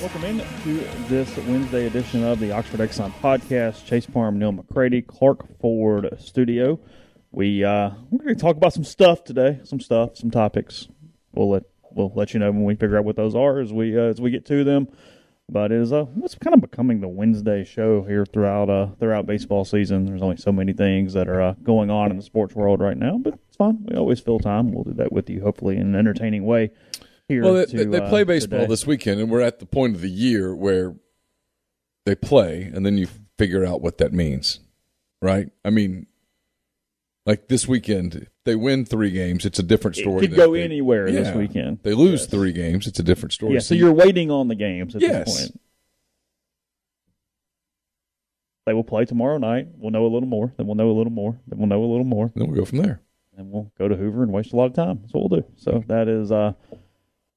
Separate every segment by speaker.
Speaker 1: Welcome in to this Wednesday edition of the Oxford Exxon Podcast. Chase Parham, Neil McCready, Clark Ford Studio. We uh, we're going to talk about some stuff today, some stuff, some topics. We'll let we'll let you know when we figure out what those are as we uh, as we get to them. But it is uh, what's kind of becoming the Wednesday show here throughout uh, throughout baseball season. There's only so many things that are uh, going on in the sports world right now, but it's fine. We always fill time. We'll do that with you, hopefully, in an entertaining way. Here,
Speaker 2: Well, they,
Speaker 1: to,
Speaker 2: they, they
Speaker 1: uh,
Speaker 2: play baseball
Speaker 1: today.
Speaker 2: this weekend, and we're at the point of the year where they play, and then you figure out what that means, right? I mean, like this weekend, if they win three games, it's a different story.
Speaker 1: could
Speaker 2: than if
Speaker 1: go
Speaker 2: they-
Speaker 1: anywhere this weekend.
Speaker 2: They lose three games, it's a different story.
Speaker 1: Yeah, so you're waiting on the games at
Speaker 2: Yes.
Speaker 1: this point. They will play tomorrow night. We'll know a little more. Then we'll know a little more. Then we'll know a little more.
Speaker 2: then we go from there.
Speaker 1: And we'll go to Hoover and waste a lot of time. That's what we'll do. So that is uh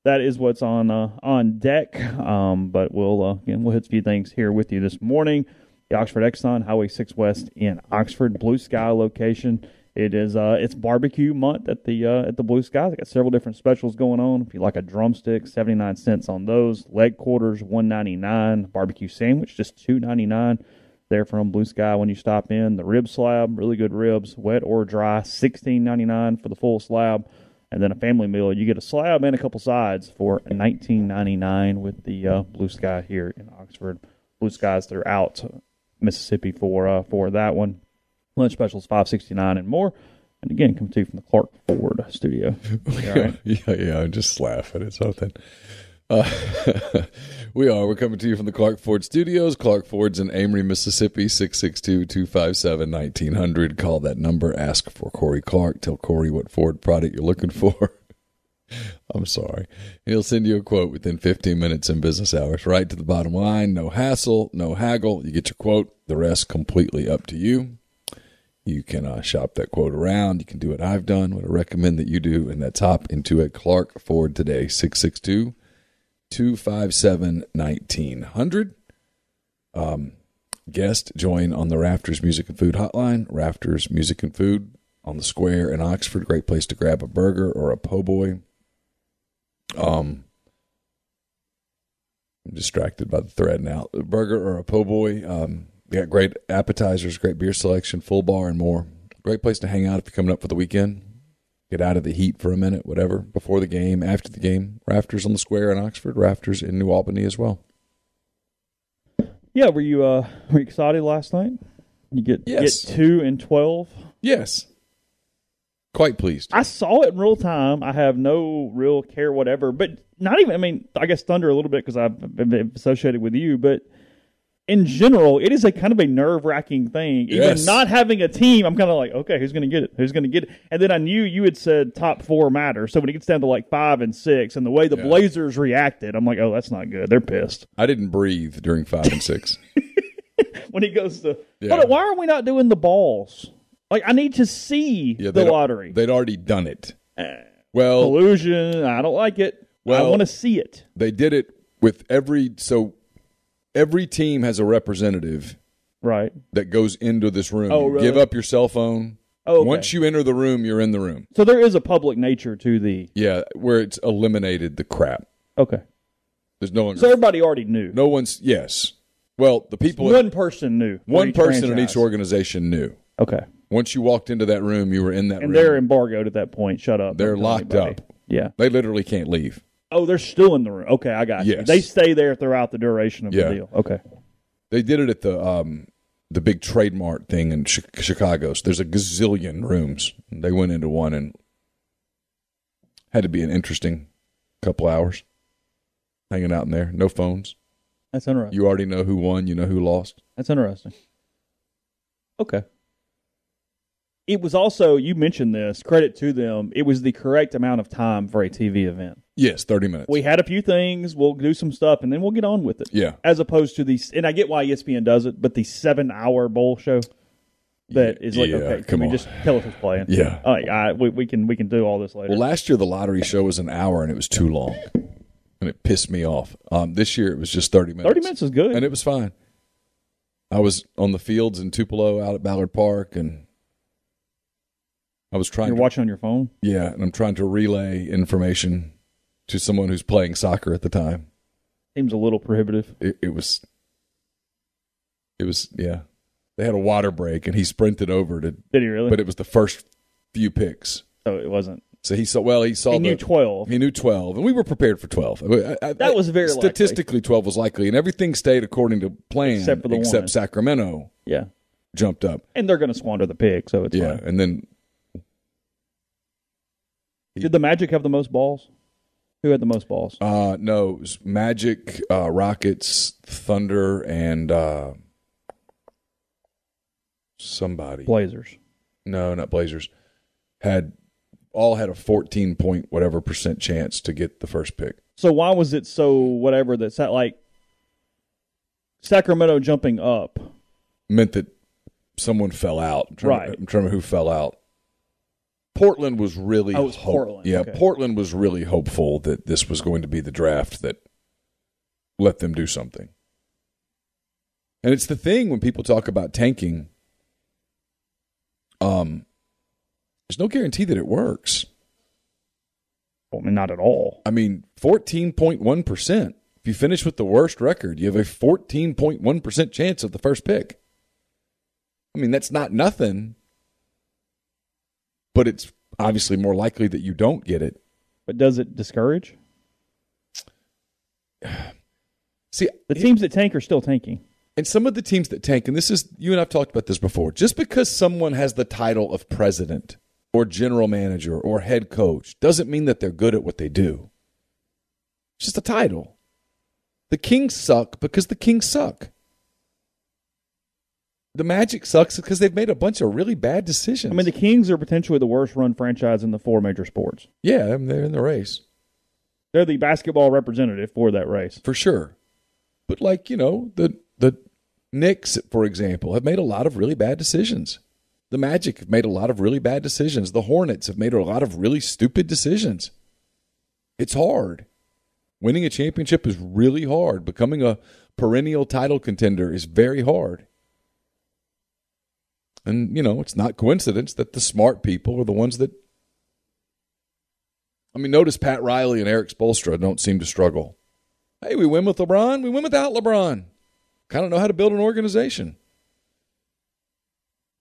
Speaker 1: that is what's on uh, on deck. Um, but we'll uh, again we'll hit a few things here with you this morning. The Oxford Exxon Highway Six West in Oxford Blue Sky location. It is uh it's barbecue month at the uh, at the Blue Sky. They got several different specials going on. If you like a drumstick, seventy nine cents on those. Leg quarters one ninety nine. Barbecue sandwich just two ninety nine. There from Blue Sky when you stop in. The rib slab, really good ribs, wet or dry, sixteen ninety nine for the full slab and then a family meal. You get a slab and a couple sides for nineteen ninety nine with the uh, Blue Sky here in Oxford. Blue Skies throughout Mississippi for uh, for that one. Lunch specials five sixty nine and more. And again, come to you from the Clark Ford studio. All right.
Speaker 2: yeah, yeah, I just laugh at it. Something. Uh, we are. We're coming to you from the Clark Ford Studios. Clark Ford's in Amory, Mississippi, 662 257 1900. Call that number. Ask for Corey Clark. Tell Corey what Ford product you're looking for. I'm sorry. He'll send you a quote within 15 minutes in business hours, right to the bottom line. No hassle, no haggle. You get your quote, the rest completely up to you. You can uh, shop that quote around. You can do what I've done, what I recommend that you do, and that's hop into a Clark Ford today, 662 257 1900. Um, Guest, join on the Rafters Music and Food Hotline. Rafters Music and Food on the square in Oxford. Great place to grab a burger or a po' boy. Um, I'm distracted by the thread now. A burger or a po' boy. Um, we got great appetizers, great beer selection, full bar, and more. Great place to hang out if you're coming up for the weekend. Get out of the heat for a minute, whatever. Before the game, after the game. Rafters on the square in Oxford. Rafters in New Albany as well.
Speaker 1: Yeah, were you uh, were you excited last night? You get
Speaker 2: Yes.
Speaker 1: get two and twelve.
Speaker 2: Yes. Quite pleased.
Speaker 1: I saw it in real time. I have no real care whatever, but not even. I mean, I guess Thunder a little bit because I've been associated with you, but in general, it is a kind of a nerve wracking thing. Even
Speaker 2: Yes.
Speaker 1: not having a team, I'm kind of like, okay, who's going to get it? Who's going to get it? And then I knew you had said top four matter. So when it gets down to like five and six, and the way the
Speaker 2: Yeah.
Speaker 1: Blazers reacted, I'm like, oh, that's not good. They're pissed.
Speaker 2: I didn't breathe during five and six.
Speaker 1: When he goes to,
Speaker 2: Yeah.
Speaker 1: Hold on, why are we not doing the balls? Like, I need to see the
Speaker 2: they'd-
Speaker 1: lottery.
Speaker 2: They'd already done it. Well,
Speaker 1: Illusion. I don't like it. I
Speaker 2: Well-
Speaker 1: want to see it.
Speaker 2: they did it with every so every team has a representative
Speaker 1: Right.
Speaker 2: that goes into this room.
Speaker 1: Oh,
Speaker 2: You
Speaker 1: really?
Speaker 2: Give up your cell phone.
Speaker 1: Oh, okay.
Speaker 2: Once you enter the room, you're in the room.
Speaker 1: So there is a public nature to the
Speaker 2: Yeah, where it's eliminated the crap.
Speaker 1: okay.
Speaker 2: There's no longer
Speaker 1: So everybody already knew.
Speaker 2: no one's yes. Well, the people
Speaker 1: one person knew. for
Speaker 2: one
Speaker 1: each
Speaker 2: person in
Speaker 1: franchise.
Speaker 2: each organization knew.
Speaker 1: Okay,
Speaker 2: Once you walked into that room, you were in that
Speaker 1: and
Speaker 2: room.
Speaker 1: they're embargoed at that point. Shut up.
Speaker 2: They're
Speaker 1: Don't tell
Speaker 2: locked
Speaker 1: anybody.
Speaker 2: up.
Speaker 1: Yeah.
Speaker 2: they literally can't leave.
Speaker 1: Oh, they're still in the room. Okay, I got you.
Speaker 2: Yes.
Speaker 1: They stay there throughout the duration of
Speaker 2: Yeah.
Speaker 1: the deal. Okay.
Speaker 2: They did it at the um, the big trademark thing in Chi- Chicago. So there's a gazillion rooms. They went into one and had to be an interesting couple hours hanging out in there. No phones.
Speaker 1: That's interesting.
Speaker 2: You already know who won. You know who lost.
Speaker 1: That's interesting. Okay. It was also you mentioned this. Credit to them. It was the correct amount of time for a TV event.
Speaker 2: Yes, thirty minutes.
Speaker 1: We had a few things. We'll do some stuff, and then we'll get on with it.
Speaker 2: yeah,
Speaker 1: E as opposed to the and I get why ESPN does it, but the seven hour bowl show that is like
Speaker 2: Yeah,
Speaker 1: okay. Can
Speaker 2: come
Speaker 1: we
Speaker 2: on.
Speaker 1: just tell us who's playing?
Speaker 2: Yeah.
Speaker 1: All right, all right, we, we can we can do all this later.
Speaker 2: Well, last year the lottery show was an hour and it was too long, and it pissed me off. Um, this year it was just thirty minutes.
Speaker 1: 30 minutes is good.
Speaker 2: and it was fine. I was on the fields in Tupelo, out at Ballard Park, and I was trying.
Speaker 1: You're
Speaker 2: to,
Speaker 1: watching on your phone.
Speaker 2: yeah, and I'm trying to relay information to someone who's playing soccer at the time.
Speaker 1: Seems a little prohibitive.
Speaker 2: It, it was, it was yeah. They had a water break, and he sprinted over to,
Speaker 1: Did he really?
Speaker 2: but it was the first few picks.
Speaker 1: so it wasn't.
Speaker 2: So he saw. Well, he saw.
Speaker 1: He
Speaker 2: the,
Speaker 1: knew 12.
Speaker 2: He knew twelve, and we were prepared for twelve. I- I-
Speaker 1: That was very likely.
Speaker 2: statistically twelve was likely, and everything stayed according to plan,
Speaker 1: Except for the one.
Speaker 2: Sacramento
Speaker 1: Yeah.
Speaker 2: jumped up.
Speaker 1: And they're going to squander the pig, so it's
Speaker 2: yeah,
Speaker 1: fine.
Speaker 2: and then
Speaker 1: Did the Magic have the most balls? Who had the most balls?
Speaker 2: uh no, it was Magic, uh, Rockets, Thunder, and uh, somebody.
Speaker 1: Blazers.
Speaker 2: no, not Blazers. Had all had a fourteen point whatever percent chance to get the first pick.
Speaker 1: So why was it so whatever that's that like Sacramento jumping up?
Speaker 2: meant that someone fell out. I'm trying,
Speaker 1: Right.
Speaker 2: I'm trying to remember who fell out. Portland was really.
Speaker 1: Oh, it was Portland.
Speaker 2: Yeah,
Speaker 1: Okay.
Speaker 2: Portland was really hopeful that this was going to be the draft that let them do something. And it's the thing when people talk about tanking. Um, there's no guarantee that it works.
Speaker 1: Well, I mean, not at all.
Speaker 2: I mean, 14.1%. If you finish with the worst record, you have a 14.1% chance of the first pick. I mean, that's not nothing, but it's obviously more likely that you don't get it.
Speaker 1: But does it discourage
Speaker 2: See,
Speaker 1: the teams that tank are still tanking?
Speaker 2: and some of the teams that tank, and this is, you and I've talked about this before, just because someone has the title of president or general manager or head coach doesn't mean that they're good at what they do. It's just a title. The Kings suck because the Kings suck. The Magic sucks because they've made a bunch of really bad
Speaker 1: I
Speaker 2: decisions.
Speaker 1: mean, the Kings are potentially the worst run franchise in the four major sports.
Speaker 2: yeah, I mean, they're in the race
Speaker 1: They're the basketball representative for that race.
Speaker 2: for sure. But like you know, the the Knicks, for example, have made a lot of really bad decisions. The Magic have made a lot of really bad decisions. The Hornets have made a lot of really stupid decisions. It's hard. Winning a championship is really hard. Becoming a perennial title contender is very hard. And, you know, it's not coincidence that the smart people are the ones that. I mean, notice Pat Riley and Eric Spolstra don't seem to struggle. Hey, we win with LeBron, we win without LeBron. Kind of know how to build an organization.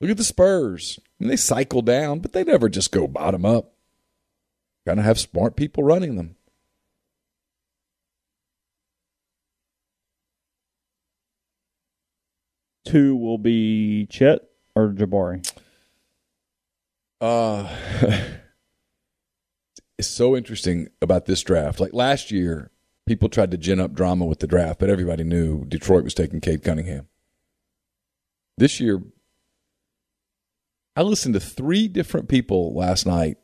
Speaker 2: Look at the Spurs. I mean, they cycle down, but they never just go bottom up. Kind of have smart people running them.
Speaker 1: Two will be Chet or Jabari.
Speaker 2: Uh, it's so interesting about this draft. Like last year, people tried to gin up drama with the draft, but everybody knew Detroit was taking Cade Cunningham. This year, I listened to three different people last night,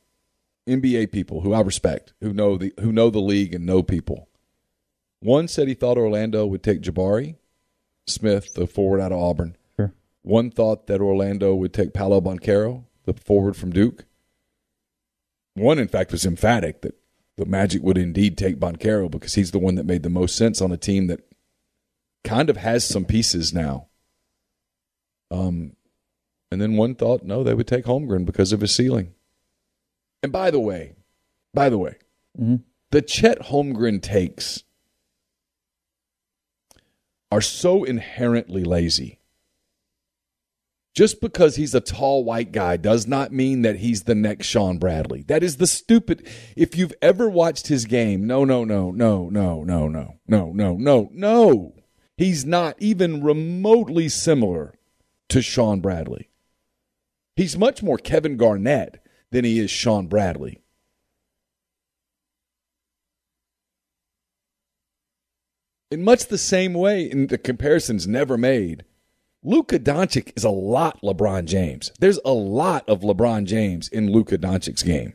Speaker 2: NBA people who I respect, who know the who know the league and know people. One said he thought Orlando would take Jabari Smith, the forward out of Auburn.
Speaker 1: Sure.
Speaker 2: One thought that Orlando would take Paolo Boncaro, the forward from Duke. One, in fact, was emphatic that the Magic would indeed take Boncaro because he's the one that made the most sense on a team that kind of has some pieces now. Um, and then one thought, no, they would take Holmgren because of his ceiling. And by the way, by the way,
Speaker 1: Mhm.
Speaker 2: the Chet Holmgren takes are so inherently lazy. Just because he's a tall white guy does not mean that he's the next Sean Bradley. That is the stupid. If you've ever watched his game, no, no, no, no, no, no, no, no, no, no, no. He's not even remotely similar to Sean Bradley. He's much more Kevin Garnett than he is Sean Bradley. In much the same way, and the comparison's never made, Luka Doncic is a lot LeBron James. There's a lot of LeBron James in Luka Doncic's game,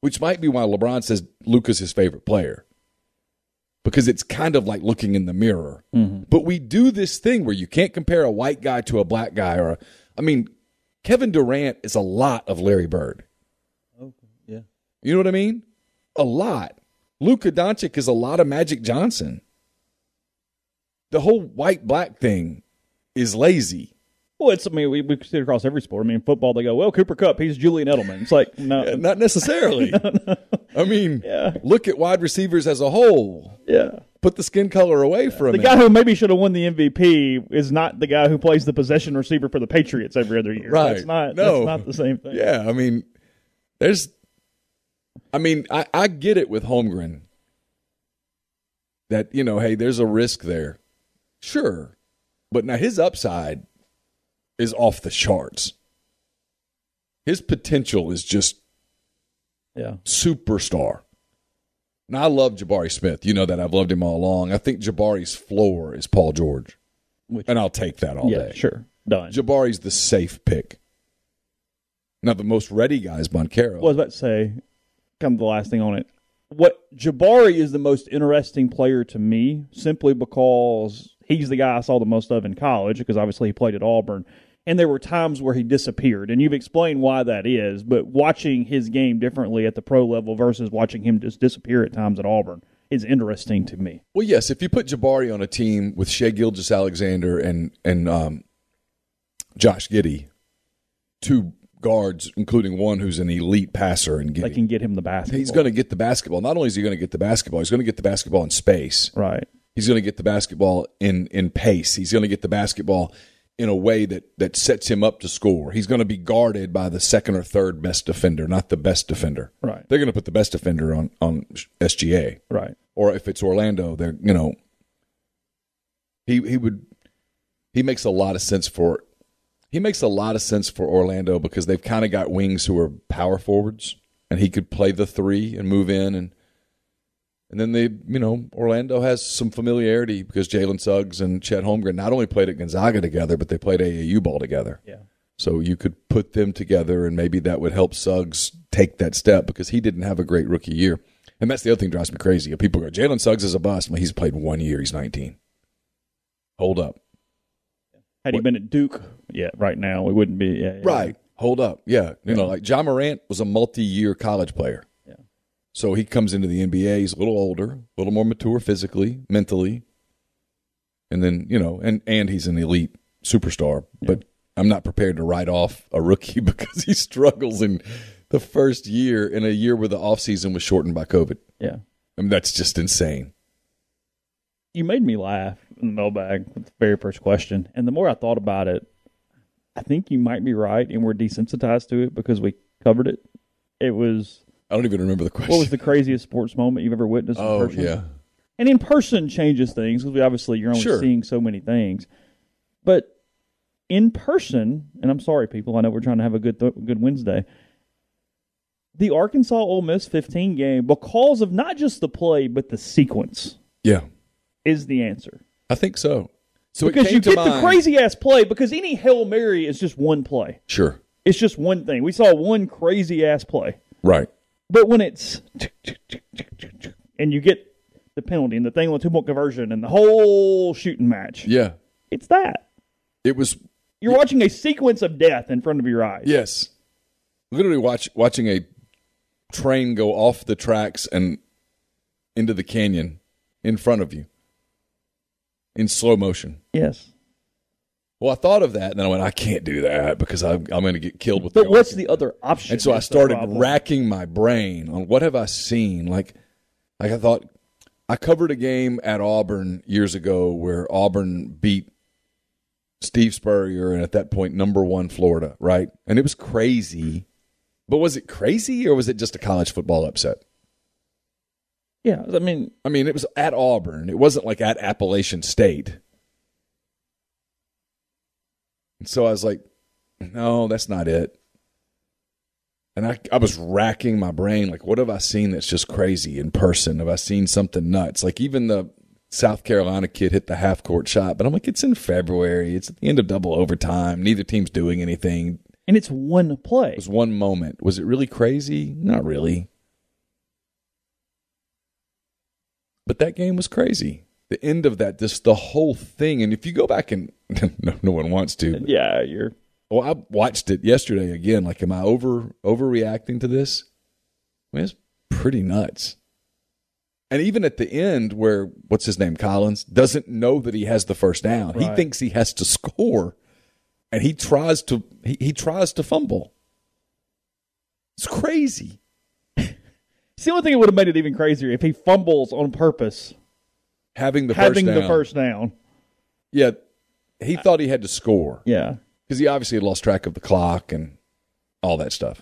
Speaker 2: which might be why LeBron says Luka's his favorite player, because it's kind of like looking in the mirror. But we do this thing where you can't compare a white guy to a black guy, or a, I mean, Kevin Durant is a lot of Larry Bird.
Speaker 1: yeah.
Speaker 2: You know what I mean? A lot. Luka Doncic is a lot of Magic Johnson. The whole white black thing is lazy.
Speaker 1: Well, it's I mean we, we see it across every sport. I mean football, they go well Cooper Cup, he's Julian Edelman. It's like no, yeah,
Speaker 2: Uh, Not necessarily. I mean, look at wide receivers as a whole. Put the skin color away for a
Speaker 1: The
Speaker 2: minute.
Speaker 1: guy who maybe should have won the MVP is not the guy who plays the possession receiver for the Patriots every other year.
Speaker 2: Right.
Speaker 1: That's not
Speaker 2: No.
Speaker 1: that's not the same thing.
Speaker 2: yeah, I mean, there's. I mean, I, I get it with Holmgren. That you know, hey, there's a risk there, sure, but now his upside is off the charts. His potential is just
Speaker 1: Yeah.
Speaker 2: superstar. Now I love Jabari Smith. You know that I've loved him all along. I think Jabari's floor is Paul George,
Speaker 1: Which-
Speaker 2: and I'll take that all
Speaker 1: yeah,
Speaker 2: day.
Speaker 1: sure. Done.
Speaker 2: Jabari's the safe pick. Now the most ready guy is Moncaro.
Speaker 1: Well, I was about to say, kind of the last thing on it. What Jabari is the most interesting player to me, simply because he's the guy I saw the most of in college, because obviously he played at Auburn. And there were times where he disappeared, and you've explained why that is. But watching his game differently at the pro level versus watching him just disappear at times at Auburn is interesting to me.
Speaker 2: Well, yes, if you put Jabari on a team with Shea Gilgis Alexander and and um, Josh Giddy, two guards, including one who's an elite passer and
Speaker 1: They
Speaker 2: Giddy,
Speaker 1: can get him the basketball.
Speaker 2: he's going to get the basketball. Not only is he going to get the basketball, he's going to get the basketball in space.
Speaker 1: right.
Speaker 2: He's going to get the basketball in in pace. He's going to get the basketball in a way that that sets him up to score. He's going to be guarded by the second or third best defender, not the best defender.
Speaker 1: Right.
Speaker 2: They're going to put the best defender on on SGA
Speaker 1: Right.
Speaker 2: or if it's Orlando, they're you know he he would he makes a lot of sense for he makes a lot of sense for Orlando because they've kind of got wings who are power forwards and he could play the 3 and move in and and then they you know Orlando has some familiarity because Jalen Suggs and Chet Holmgren not only played at Gonzaga together but they played AAU ball together.
Speaker 1: Yeah.
Speaker 2: So you could put them together, and maybe that would help Suggs take that step because he didn't have a great rookie year. And that's the other thing that drives me crazy. People go, Jalen Suggs is a bust. Well, he's played one year. He's 19. Hold up.
Speaker 1: Had he been at Duke, yeah, right now we wouldn't be. Yeah, yeah.
Speaker 2: Right. Hold up. Yeah. You know, like John Morant was a multi year college player.
Speaker 1: Yeah.
Speaker 2: So he comes into the NBA. He's a little older, a little more mature physically, mentally. And then, you know, and, and he's an elite superstar. But I'm not prepared to write off a rookie because he struggles in the first year in a year where the offseason was shortened by COVID.
Speaker 1: Yeah.
Speaker 2: I mean, that's just insane.
Speaker 1: you made me laugh in the mailbag with the very first question. And the more I thought about it, I think you might be right, and we're desensitized to it because we covered it. It was
Speaker 2: I don't even remember the question.
Speaker 1: what was the craziest sports moment you've ever witnessed in
Speaker 2: oh,
Speaker 1: person?
Speaker 2: yeah.
Speaker 1: And in person changes things because obviously you're only
Speaker 2: Sure.
Speaker 1: seeing so many things. But in person, and I'm sorry, people, I know we're trying to have a good th- good Wednesday. The Arkansas Ole Miss 15 game, because of not just the play but the sequence,
Speaker 2: Yeah.
Speaker 1: is the answer
Speaker 2: I think so. So it
Speaker 1: because
Speaker 2: came
Speaker 1: you
Speaker 2: to
Speaker 1: get the
Speaker 2: mind.
Speaker 1: crazy ass play because any hail mary is just one play.
Speaker 2: Sure.
Speaker 1: It's just one thing. We saw one crazy ass play,
Speaker 2: Right.
Speaker 1: but when it's and you get the penalty and the thing on the two point conversion and the whole shooting match,
Speaker 2: Yeah.
Speaker 1: it's that
Speaker 2: It was
Speaker 1: you're watching a sequence of death in front of your eyes.
Speaker 2: Yes. Literally watch watching a train go off the tracks and into the canyon in front of you in slow motion.
Speaker 1: Yes,
Speaker 2: Well, I thought of that and then I went, I can't do that because I'm, I'm going to get killed with
Speaker 1: but
Speaker 2: the
Speaker 1: what's
Speaker 2: argument.
Speaker 1: the other option?
Speaker 2: And so I
Speaker 1: That's the
Speaker 2: started
Speaker 1: problem.
Speaker 2: racking my brain on what have I seen? Like, like I thought, I covered a game at Auburn years ago where Auburn beat Steve Spurrier and at that point number one Florida, right? And it was crazy, but was it crazy or was it just a college football upset?
Speaker 1: Yeah, I mean,
Speaker 2: I mean, it was at Auburn. It wasn't like at Appalachian State. And so I was like, no, that's not it. And I, I was racking my brain, like, what have I seen that's just crazy in person? Have I seen something nuts? Like, even the South Carolina kid hit the half court shot, but I'm like, it's in February. It's at the end of double overtime. Neither team's doing anything.
Speaker 1: and it's one play.
Speaker 2: It was one moment. Was it really crazy? Not really. But that game was crazy. The end of that, just the whole thing. And if you go back and no, no one wants to, but
Speaker 1: Yeah, you're
Speaker 2: Well, I watched it yesterday again. Like, am I over overreacting to this? I mean, it's pretty nuts. And even at the end, where what's his name, Collins, doesn't know that he has the first down. He
Speaker 1: Right.
Speaker 2: thinks he has to score, and he tries to he, he tries to fumble. It's crazy.
Speaker 1: It's the only thing that would have made it even crazier if he fumbles on purpose,
Speaker 2: Having the
Speaker 1: having
Speaker 2: first
Speaker 1: the
Speaker 2: down.
Speaker 1: first down.
Speaker 2: Yeah, he thought he had to score
Speaker 1: Yeah.
Speaker 2: because he obviously had lost track of the clock and all that stuff.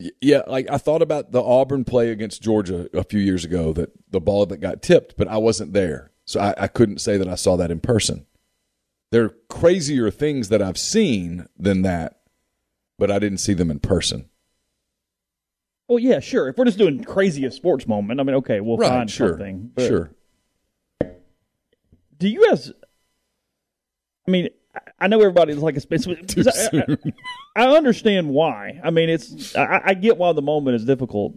Speaker 2: Y- Yeah, like I thought about the Auburn play against Georgia a few years ago, that the ball that got tipped, but I wasn't there, so I, I couldn't say that I saw that in person. There are crazier things that I've seen than that, but I didn't see them in person.
Speaker 1: Well, yeah, sure. If we're just doing craziest sports moment, I mean, okay, we'll
Speaker 2: right?
Speaker 1: find
Speaker 2: sure.
Speaker 1: something. But
Speaker 2: sure.
Speaker 1: Do you guys? I mean, I- I know everybody's like a space. I, I understand why. I mean, it's I, I get why the moment is difficult.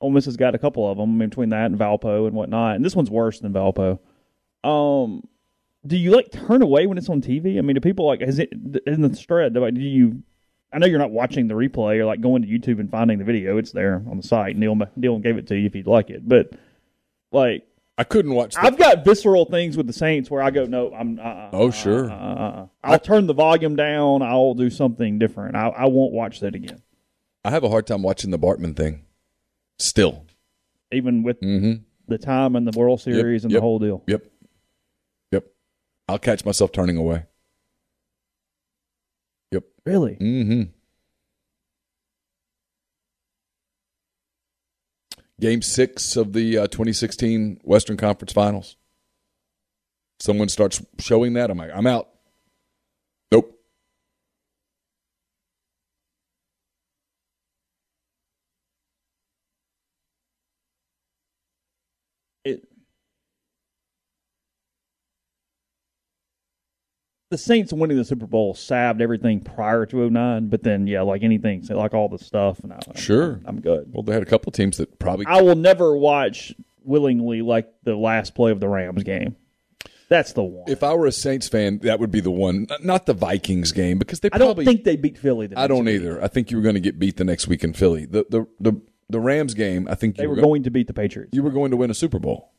Speaker 1: Ole Miss has got a couple of them I mean, between that and Valpo and whatnot, and this one's worse than Valpo. Um, do you like turn away when it's on TV? I mean, do people like is it in the thread? Like, do you? I know you're not watching the replay or like going to YouTube and finding the video. It's there on the site. Neil Neil gave it to you if you'd like it, but like
Speaker 2: I couldn't watch. The,
Speaker 1: I've got visceral things with the Saints where I go, no, I'm. Uh,
Speaker 2: oh, sure.
Speaker 1: uh, I'll turn the volume down. I'll do something different. I, I won't watch that again,
Speaker 2: I have a hard time watching the Bartman thing. Still.
Speaker 1: even with
Speaker 2: Mm-hmm.
Speaker 1: the time and the World Series and
Speaker 2: yep.
Speaker 1: the whole deal.
Speaker 2: Yep. Yep. I'll catch myself turning away. Yep.
Speaker 1: Really?
Speaker 2: Mm-hmm. Game six of the uh, 2016 Western Conference Finals. Someone starts showing that. I'm like, I'm out. Nope.
Speaker 1: It, the Saints winning the Super Bowl salved everything prior to 09, but then yeah, like anything, so like all the stuff. And I,
Speaker 2: Sure.
Speaker 1: I'm good.
Speaker 2: Well, they had a couple teams that probably.
Speaker 1: I will never watch willingly like the last play of the Rams game. That's the one.
Speaker 2: If I were a Saints fan, that would be the one. Not the Vikings game because they
Speaker 1: I don't
Speaker 2: probably.
Speaker 1: think they beat Philly. the
Speaker 2: I
Speaker 1: next
Speaker 2: don't
Speaker 1: week.
Speaker 2: either. I think you were going to get beat the next week in Philly. The the the, the Rams game. I think you
Speaker 1: They were
Speaker 2: go-
Speaker 1: going to beat the Patriots,
Speaker 2: You were going to win a Super Bowl.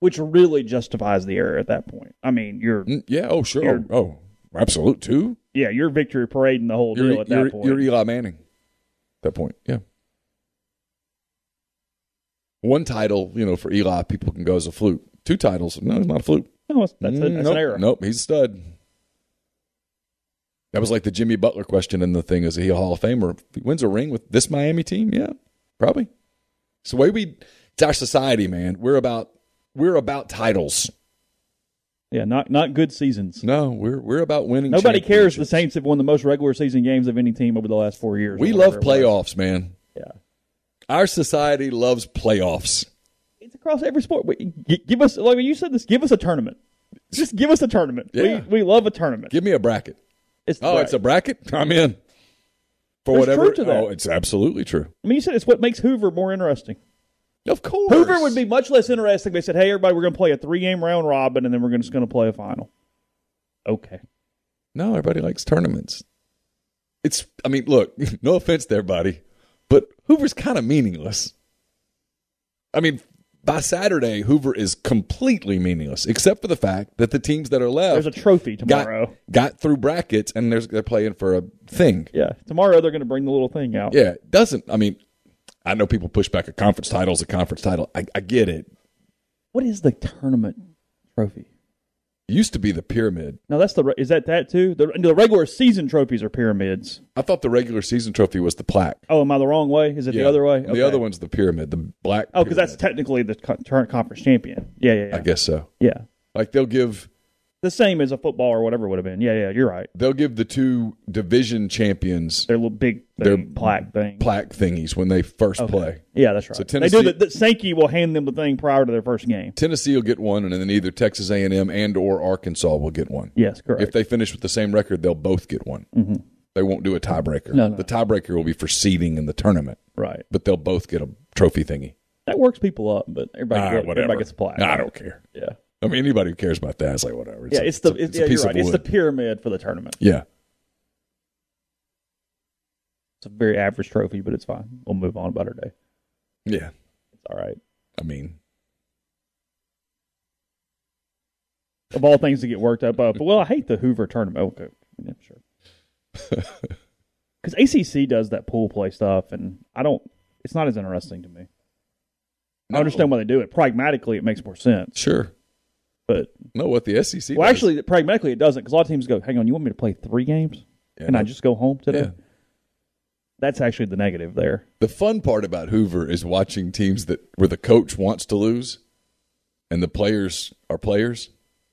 Speaker 1: which really justifies the error at that point. I mean, you're
Speaker 2: Mm, Yeah. Oh sure.
Speaker 1: You're-
Speaker 2: oh, absolute two.
Speaker 1: yeah, you're victory parading the whole
Speaker 2: You're, E,
Speaker 1: deal at
Speaker 2: you're-
Speaker 1: that point.
Speaker 2: you're Eli Manning. At that point, yeah. One title, you know, for Eli, people can go as a fluke. Two titles, no, it's not a fluke.
Speaker 1: no, that's, that's, a,
Speaker 2: Mm,
Speaker 1: that's
Speaker 2: nope,
Speaker 1: an error.
Speaker 2: Nope, he's a stud. That was like the Jimmy Butler question in the thing. Is he a Hall of Famer? If he wins a ring with this Miami team, yeah, probably. It's the way we. It's our society, man. We're about we're about titles.
Speaker 1: Yeah, not not good seasons.
Speaker 2: No, we're we're about winning.
Speaker 1: Nobody cares. The
Speaker 2: championships.
Speaker 1: Saints have won the most regular season games of any team over the last four years.
Speaker 2: We
Speaker 1: or
Speaker 2: love
Speaker 1: whatever it was.
Speaker 2: playoffs, man.
Speaker 1: Yeah,
Speaker 2: Our society loves playoffs.
Speaker 1: it's across every sport. We, g- give us like you said this. Give us a tournament. Just give us a tournament.
Speaker 2: Yeah.
Speaker 1: We we love a tournament.
Speaker 2: Give me a bracket.
Speaker 1: It's
Speaker 2: Oh,
Speaker 1: right.
Speaker 2: it's a bracket. I'm in. For
Speaker 1: There's
Speaker 2: whatever.
Speaker 1: truth to that.
Speaker 2: Oh, it's absolutely true.
Speaker 1: I mean, you said it's what makes Hoover more interesting.
Speaker 2: Of course,
Speaker 1: Hoover would be much less interesting. if They said, "Hey, everybody, we're going to play a three-game round robin, and then we're just going to play a final." Okay,
Speaker 2: No, everybody likes tournaments. It's, I mean, look, no offense there, buddy, but Hoover's kind of meaningless. I mean, by Saturday, Hoover is completely meaningless, except for the fact that the teams that are left
Speaker 1: there's a trophy
Speaker 2: got,
Speaker 1: tomorrow.
Speaker 2: got through brackets and there's, they're playing for a thing.
Speaker 1: yeah, tomorrow they're going to bring the little thing out.
Speaker 2: Yeah, it doesn't. I mean, I know people push back a conference title is a conference title. I, I get it.
Speaker 1: What is the tournament trophy?
Speaker 2: It used to be the pyramid.
Speaker 1: No, that's the re- is that that too? The, the regular season trophies are pyramids.
Speaker 2: I thought the regular season trophy was the plaque.
Speaker 1: Oh, am I the wrong way? Is it
Speaker 2: Yeah.
Speaker 1: the other way? Okay.
Speaker 2: The other one's the pyramid, the black.
Speaker 1: Oh, because that's
Speaker 2: pyramid.
Speaker 1: technically the co- current conference champion. Yeah, yeah, yeah.
Speaker 2: I guess so.
Speaker 1: yeah.
Speaker 2: Like they'll give
Speaker 1: The same as a football or whatever would have been. Yeah, yeah. You're right.
Speaker 2: they'll give the two division champions
Speaker 1: Their little big thing,
Speaker 2: Their
Speaker 1: plaque thing.
Speaker 2: plaque thingies when they first play.
Speaker 1: yeah, that's right.
Speaker 2: So
Speaker 1: they
Speaker 2: Tennessee-
Speaker 1: do. The, the Sankey will hand them the thing prior to their first game.
Speaker 2: Tennessee will get one, and then either Texas A and M and or Arkansas will get one.
Speaker 1: Yes, correct.
Speaker 2: If they finish with the same record, they'll both get one. They won't do a tiebreaker.
Speaker 1: Mm-hmm. No, no.
Speaker 2: The tiebreaker will be for seeding in the tournament,
Speaker 1: Right.
Speaker 2: but they'll both get a trophy thingy.
Speaker 1: That works people up, but everybody,
Speaker 2: All right,
Speaker 1: gets,
Speaker 2: whatever.
Speaker 1: everybody gets a plaque.
Speaker 2: I don't care.
Speaker 1: Yeah.
Speaker 2: I mean, anybody who cares about that is like whatever.
Speaker 1: yeah,
Speaker 2: a-
Speaker 1: it's the
Speaker 2: a-
Speaker 1: it's,
Speaker 2: a
Speaker 1: yeah,
Speaker 2: piece
Speaker 1: you're right.
Speaker 2: of
Speaker 1: It's the
Speaker 2: wood.
Speaker 1: pyramid for the tournament.
Speaker 2: yeah.
Speaker 1: It's a very average trophy, but it's fine. We'll move on about our day.
Speaker 2: Yeah.
Speaker 1: It's all right.
Speaker 2: I mean,
Speaker 1: Of all things to get worked up about, but well, I hate the Hoover tournament. Okay, yeah, sure. Because ACC does that pool play stuff, and I don't. It's not as interesting to me. I
Speaker 2: No.
Speaker 1: understand why they do it. Pragmatically, it makes more sense.
Speaker 2: sure.
Speaker 1: But
Speaker 2: No, what the SEC.
Speaker 1: well,
Speaker 2: does-
Speaker 1: actually, pragmatically, it doesn't because a lot of teams go, "Hang on, you want me to play three games?
Speaker 2: Yeah,
Speaker 1: Can I
Speaker 2: no.
Speaker 1: just go home today?"
Speaker 2: Yeah.
Speaker 1: That's actually the negative there.
Speaker 2: The fun part about Hoover is watching teams that where the coach wants to lose, and the players are players,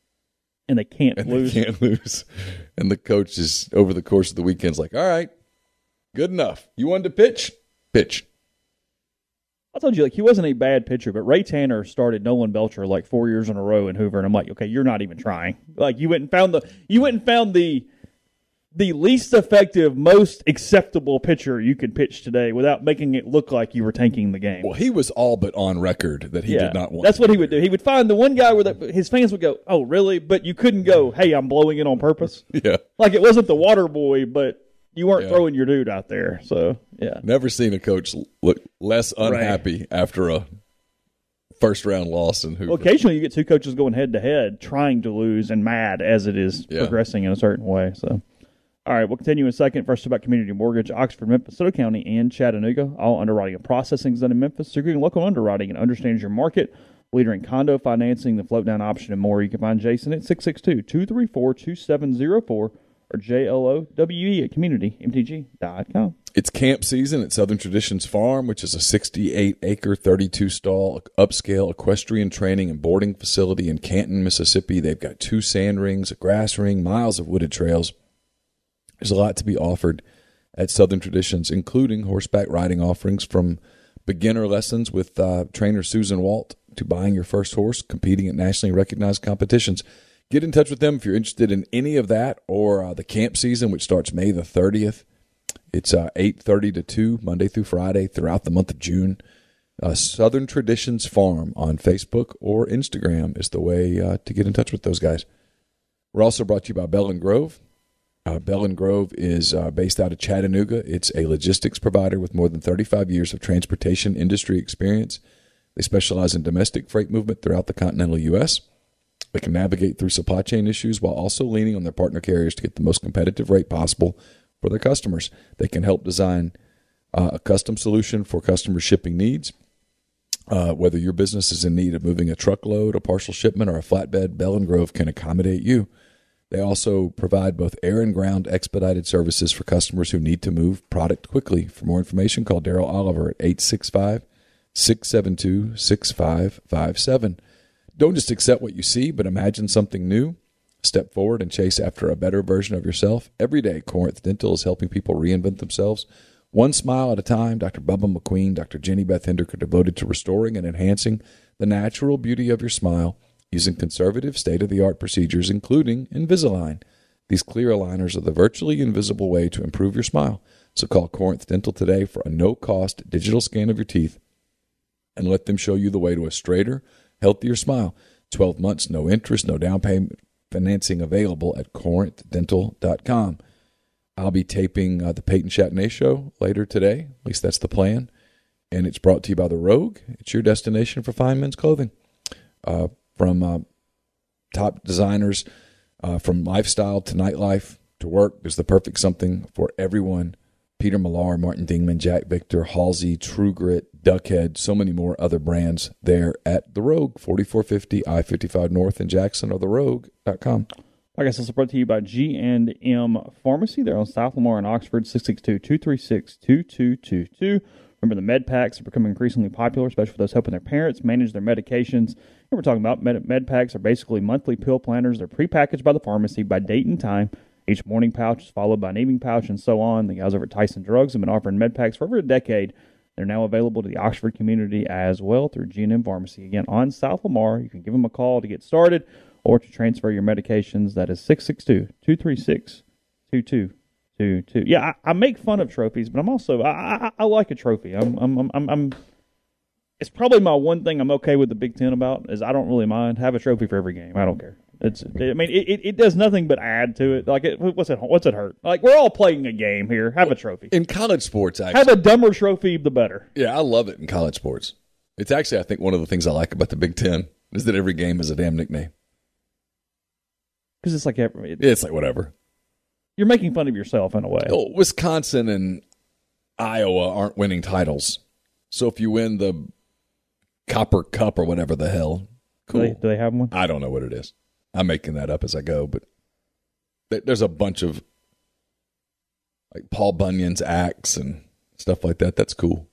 Speaker 1: and they can't
Speaker 2: and
Speaker 1: lose.
Speaker 2: they can't lose, and the coach is over the course of the weekend's like, all right, good enough. You wanted to pitch, pitch.
Speaker 1: I told you, like, he wasn't a bad pitcher, but Ray Tanner started Nolan Belcher like four years in a row in Hoover, and I'm like, okay, you're not even trying. Like, you went and found the you went and found the the least effective, most acceptable pitcher you could pitch today without making it look like you were tanking the game.
Speaker 2: Well, he was all but on record that he did not want.
Speaker 1: That's what he would do. He would find the one guy where the, his fans would go, "Oh, really?" But you couldn't go, "Hey, I'm blowing it on purpose."
Speaker 2: Yeah,
Speaker 1: like it wasn't the water boy, but you weren't
Speaker 2: Yeah.
Speaker 1: throwing your dude out there. So yeah,
Speaker 2: never seen a coach l- look less unhappy after a first round loss in Hoover.
Speaker 1: Well, occasionally you get two coaches going head to head, trying to lose and mad as it is
Speaker 2: Yeah.
Speaker 1: progressing in a certain way. So, all right, we'll continue in a second. First about community mortgage, Oxford, Memphis, Soto County, and Chattanooga. All underwriting and processing is done in Memphis. So, you're getting local underwriting and understands your market. Leader in condo financing, the float down option, and more. You can find Jason at 662 234 2704 or JLOWE E at communitymtg.com.
Speaker 2: It's camp season at Southern Traditions Farm, which is a 68 acre, 32 stall, upscale equestrian training and boarding facility in Canton, Mississippi. They've got two sand rings, a grass ring, miles of wooded trails. There's a lot to be offered at Southern Traditions, including horseback riding offerings from beginner lessons with uh, trainer Susan Walt to buying your first horse, competing at nationally recognized competitions. Get in touch with them if you're interested in any of that or uh, the camp season, which starts May the 30th. It's uh, 8.30 to 2, Monday through Friday, throughout the month of June. Uh, Southern Traditions Farm on Facebook or Instagram is the way uh, to get in touch with those guys. We're also brought to you by Bell and Grove. Uh, Bell and Grove is uh, based out of Chattanooga. It's a logistics provider with more than 35 years of transportation industry experience. They specialize in domestic freight movement throughout the continental U.S. They can navigate through supply chain issues while also leaning on their partner carriers to get the most competitive rate possible for their customers. They can help design uh, a custom solution for customer shipping needs. Uh, whether your business is in need of moving a truckload, a partial shipment, or a flatbed, Bell and Grove can accommodate you. They also provide both air and ground expedited services for customers who need to move product quickly. For more information, call Daryl Oliver at 865 672 6557. Don't just accept what you see, but imagine something new. Step forward and chase after a better version of yourself. Every day, Corinth Dental is helping people reinvent themselves. One smile at a time, Dr. Bubba McQueen, Dr. Jenny Beth Hendrick are devoted to restoring and enhancing the natural beauty of your smile using conservative, state of the art procedures, including Invisalign. These clear aligners are the virtually invisible way to improve your smile. So call Corinth Dental today for a no cost digital scan of your teeth and let them show you the way to a straighter, healthier smile. 12 months, no interest, no down payment, financing available at corinthdental.com. I'll be taping uh, the Peyton Chatney show later today. At least that's the plan. And it's brought to you by The Rogue. It's your destination for fine men's clothing. Uh, from uh, top designers, uh, from lifestyle to nightlife to work, there's the perfect something for everyone. Peter Millar, Martin Dingman, Jack Victor, Halsey, True Grit, Duckhead, so many more other brands there at The Rogue, 4450 I 55 North in Jackson or TheRogue.com.
Speaker 1: I guess it's brought to you by G and M Pharmacy. They're on South Lamar in Oxford, 662-236-2222. Remember the med packs are becoming increasingly popular, especially for those helping their parents manage their medications. And we're talking about med, med packs are basically monthly pill planners. They're prepackaged by the pharmacy by date and time. Each morning pouch is followed by an evening pouch and so on. The guys over at Tyson Drugs have been offering med packs for over a decade. They're now available to the Oxford community as well through G&M Pharmacy. Again, on South Lamar, you can give them a call to get started or to transfer your medications. That is 662-236-2222. Yeah, I, I make fun of trophies, but I'm also I, I, I like a trophy. I'm I'm I'm I'm, I'm it's probably my one thing I'm okay with the Big Ten about is I don't really mind have a trophy for every game. I don't care. It's I mean it, it, it does nothing but add to it. Like it, what's it what's it hurt? Like we're all playing a game here. Have a trophy.
Speaker 2: In college sports, actually.
Speaker 1: Have a dumber trophy, the better.
Speaker 2: yeah, I love it in college sports. It's actually, I think, one of the things I like about the Big Ten is that every game is a damn nickname.
Speaker 1: Because it's like every, it-
Speaker 2: It's like whatever.
Speaker 1: you're making fun of yourself in a way.
Speaker 2: Oh, Wisconsin and Iowa aren't winning titles. So if you win the Copper Cup or whatever the hell,
Speaker 1: Do, they,
Speaker 2: cool.
Speaker 1: do they have one?
Speaker 2: I don't know what it is. I'm making that up as I go, but there- there's a bunch of like Paul Bunyan's acts and stuff like that. That's cool.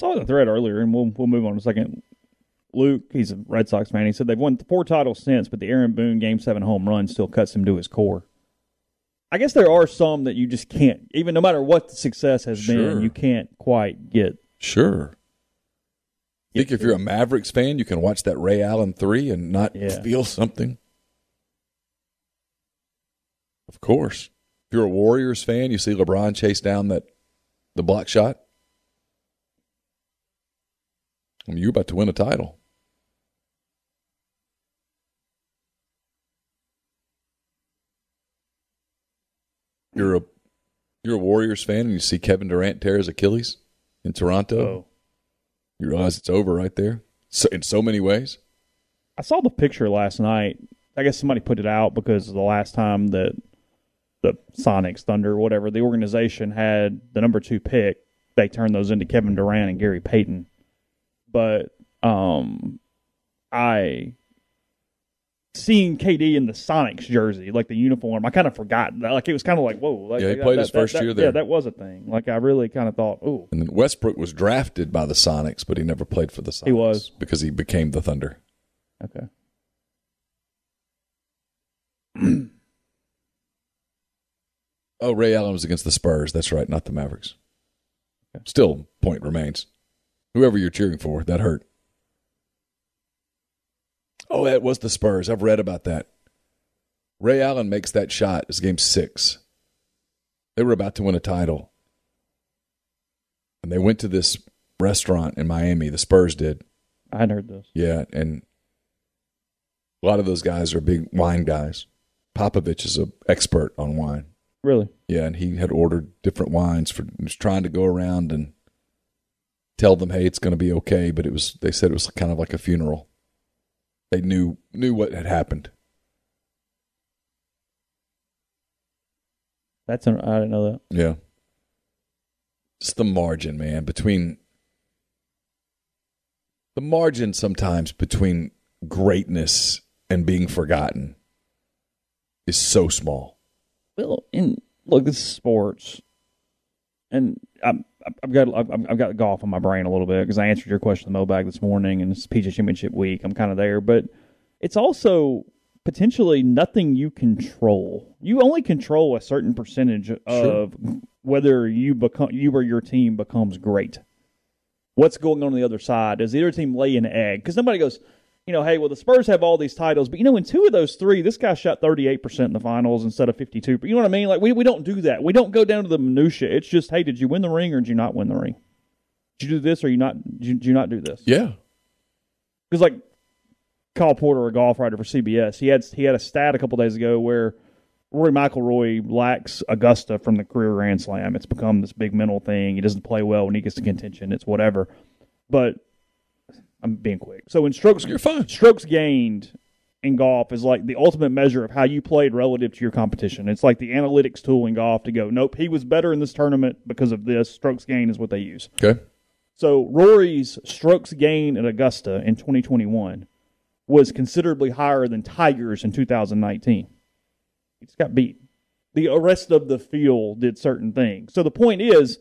Speaker 1: saw the thread earlier, and we'll we'll move on in a second. Luke, he's a Red Sox fan. He said they've won four titles since, but the Aaron Boone Game Seven home run still cuts him to his core. I guess there are some that you just can't, even no matter what the success has
Speaker 2: Sure.
Speaker 1: been, you can't quite get.
Speaker 2: Sure. I think if you're a Mavericks fan, you can watch that Ray Allen three and not
Speaker 1: Yeah.
Speaker 2: feel something. Of course. If you're a Warriors fan, you see LeBron chase down that the block shot. I mean, you're about to win a title. You're a you're a Warriors fan and you see Kevin Durant tear his Achilles in Toronto.
Speaker 1: Oh,
Speaker 2: You realize it's over right there. So, in so many ways,
Speaker 1: I saw the picture last night. I guess somebody put it out because the last time that the Sonics, Thunder, whatever, the organization had the number two pick, they turned those into Kevin Durant and Gary Payton. But um I seeing KD in the Sonics jersey, like the uniform, I kind of forgot. that. Like it was kind of like, whoa. Like,
Speaker 2: Yeah, he
Speaker 1: that-
Speaker 2: played
Speaker 1: that-
Speaker 2: his first
Speaker 1: that-
Speaker 2: year
Speaker 1: that- Yeah,
Speaker 2: there.
Speaker 1: that was a thing. Like I really kind of thought, oh,
Speaker 2: and then Westbrook was drafted by the Sonics, but he never played for the Sonics.
Speaker 1: He was.
Speaker 2: because he became the Thunder.
Speaker 1: okay.
Speaker 2: Oh, Ray Allen was against the Spurs. That's right, not the Mavericks. Still, point remains. Whoever you're cheering for, that hurt. Oh, that was the Spurs. I've read about that. Ray Allen makes that shot. It's game six. They were about to win a title. And they went to this restaurant in Miami, the Spurs did.
Speaker 1: I hadn't heard this.
Speaker 2: Yeah, and a lot of those guys are big wine guys. Popovich is an expert on wine.
Speaker 1: Really?
Speaker 2: Yeah, and he had ordered different wines for was trying to go around and tell them, hey, it's going to be okay. But it was they said it was kind of like a funeral. They knew knew what had happened.
Speaker 1: That's an, I didn't know that.
Speaker 2: Yeah, it's the margin, man, between the margin sometimes between greatness and being forgotten is so small.
Speaker 1: Well, and look, this is sports, and I'm, I've got I've, I've got golf on my brain a little bit because I answered your question the Mobag this morning, and it's PGA Championship week. I'm kind of there, but it's also potentially nothing you control. You only control a certain percentage of whether you become you or your team becomes great. What's going on on the other side? Does the other team lay an egg? Because nobody goes, you know, hey, well, the Spurs have all these titles, but you know, in two of those three, this guy shot 38% in the finals instead of 52. But you know what I mean? Like, we, we don't do that. We don't go down to the minutia. It's just, hey, did you win the ring or did you not win the ring? Did you do this or you not? Did you, did you not do this?
Speaker 2: Yeah,
Speaker 1: because like Kyle Porter, a golf writer for CBS, he had he had a stat a couple days ago where Rory McIlroy lacks Augusta from the career Grand Slam. It's become this big mental thing. He doesn't play well when he gets to contention. It's whatever. But I'm being quick. So in strokes,
Speaker 2: You're fine.
Speaker 1: Strokes gained in golf is like the ultimate measure of how you played relative to your competition. It's like the analytics tool in golf to go, nope, he was better in this tournament because of this. Strokes gained is what they use.
Speaker 2: okay.
Speaker 1: So Rory's strokes gain at Augusta in 2021 was considerably higher than Tiger's in 2019. He just got beat. The rest of the field did certain things. So the point is,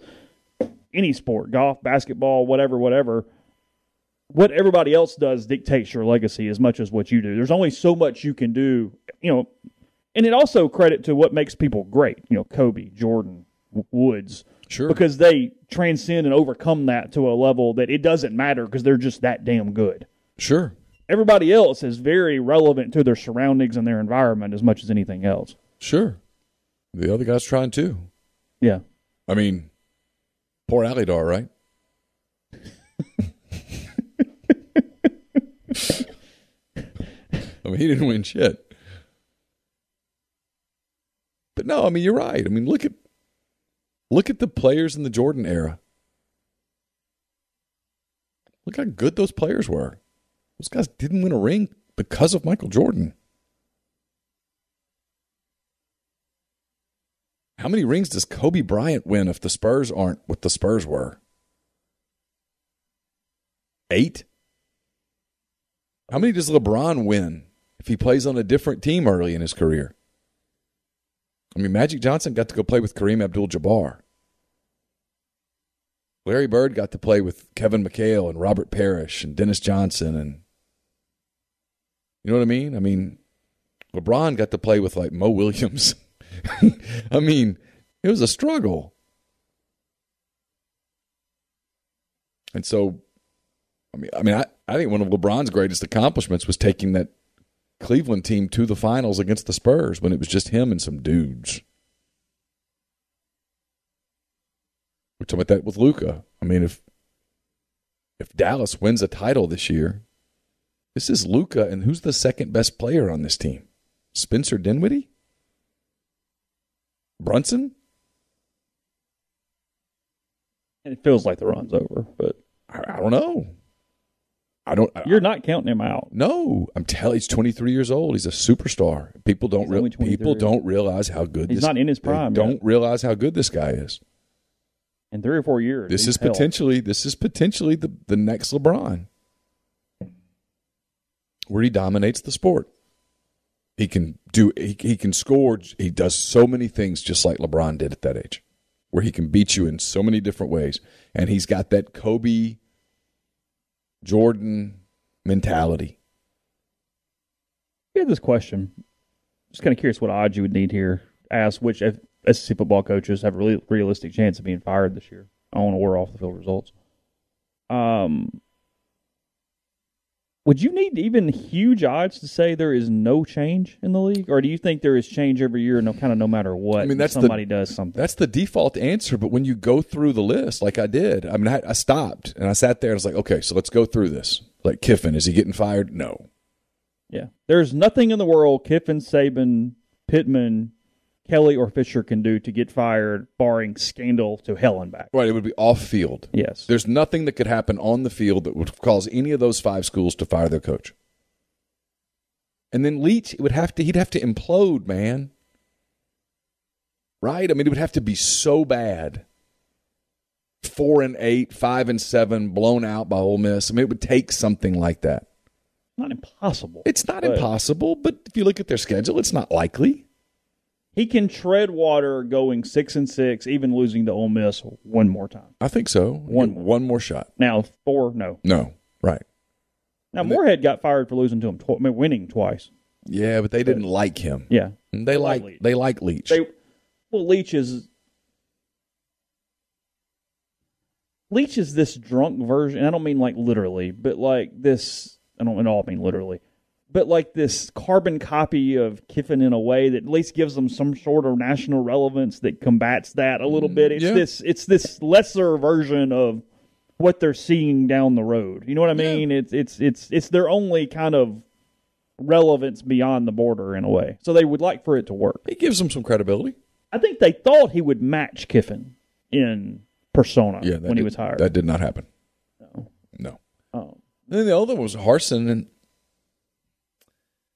Speaker 1: any sport, golf, basketball, whatever, whatever, what everybody else does dictates your legacy as much as what you do. There's only so much you can do, you know. And it also credit to what makes people great, you know, Kobe, Jordan, W- Woods,
Speaker 2: Sure.
Speaker 1: because they transcend and overcome that to a level that it doesn't matter because they're just that damn good.
Speaker 2: Sure.
Speaker 1: Everybody else is very relevant to their surroundings and their environment as much as anything else.
Speaker 2: Sure. The other guy's trying too.
Speaker 1: Yeah.
Speaker 2: I mean, Poor Alidar, right? I mean, he didn't win shit. But no, I mean, you're right. I mean, look at look at the players in the Jordan era. Look how good those players were. Those guys didn't win a ring because of Michael Jordan. How many rings does Kobe Bryant win if the Spurs aren't what the Spurs were? Eight? How many does LeBron win if he plays on a different team early in his career? I mean, Magic Johnson got to go play with Kareem Abdul Jabbar. Larry Bird got to play with Kevin McHale and Robert Parrish and Dennis Johnson and you know what I mean? I mean, LeBron got to play with like Mo Williams. I mean, it was a struggle. And so I mean I mean I, I think one of LeBron's greatest accomplishments was taking that Cleveland team to the finals against the Spurs when it was just him and some dudes. We're talking about that with Luca. I mean, if if Dallas wins a title this year, this is Luca, and who's the second best player on this team? Spencer Dinwiddie, Brunson.
Speaker 1: And it feels like the run's over, but
Speaker 2: I, I don't know. I don't. I,
Speaker 1: you're not counting him out.
Speaker 2: no, I'm telling. He's 23 years old. He's a superstar. People don't
Speaker 1: He's
Speaker 2: real,
Speaker 1: only 23.
Speaker 2: people don't realize how good
Speaker 1: He's
Speaker 2: this,
Speaker 1: not in his
Speaker 2: they
Speaker 1: prime yet.
Speaker 2: Don't realize how good this guy is.
Speaker 1: In three or four years,
Speaker 2: This
Speaker 1: he's
Speaker 2: is
Speaker 1: hell.
Speaker 2: potentially this is potentially the, the next LeBron. Where he dominates the sport. He can do he, he can score he does so many things just like LeBron did at that age. Where he can beat you in so many different ways and he's got that Kobe Jordan mentality.
Speaker 1: We had this question. Just kind of curious what odds you would need here. Ask which F- SEC football coaches have a really realistic chance of being fired this year on or off the field results. Um, would you need even huge odds to say there is no change in the league, or do you think there is change every year, no kind of no matter what?
Speaker 2: I mean, that's the-
Speaker 1: somebody does something.
Speaker 2: That's the default answer, but when you go through the list, like I did, I mean, I, I stopped and I sat there and I was like, okay, so let's go through this. Like Kiffin, is he getting fired? No.
Speaker 1: Yeah, there's nothing in the world Kiffin, Saban, Pittman, Kelly, or Fisher can do to get fired, barring scandal to hell and back.
Speaker 2: Right, it would be off field.
Speaker 1: Yes,
Speaker 2: There's nothing that could happen on the field that would cause any of those five schools to fire their coach. And then Leach it would have to he'd have to implode, man. Right? I mean, it would have to be so bad. Four and eight, five and seven, blown out by Ole Miss. I mean, it would take something like that.
Speaker 1: not impossible.
Speaker 2: It's not
Speaker 1: But
Speaker 2: impossible, but if you look at their schedule, it's not likely.
Speaker 1: He can tread water going six and six, even losing to Ole Miss one more time.
Speaker 2: I think so.
Speaker 1: One more.
Speaker 2: one more shot.
Speaker 1: Now four, no.
Speaker 2: No. Right.
Speaker 1: Now Moorhead got fired for losing to him, tw- I mean, winning twice.
Speaker 2: Yeah, but they didn't like him.
Speaker 1: Yeah,
Speaker 2: They
Speaker 1: like
Speaker 2: like
Speaker 1: Leach.
Speaker 2: they like Leach.
Speaker 1: they. Well, Leach is. Leach is this drunk version. and I don't mean like literally, but like this. I don't at all mean literally, but like this carbon copy of Kiffin in a way that at least gives them some sort of national relevance that combats that a little bit. It's
Speaker 2: yeah.
Speaker 1: this. It's this lesser version of what they're seeing down the road. You know what I mean? It's it's it's it's their only kind of relevance beyond the border in a way. So they would like for it to work.
Speaker 2: He gives them some credibility.
Speaker 1: I think they thought he would match Kiffin in persona
Speaker 2: Yeah, that
Speaker 1: when he
Speaker 2: did-
Speaker 1: was hired.
Speaker 2: That did not happen. No. No.
Speaker 1: Um,
Speaker 2: Then the other one was Harson, and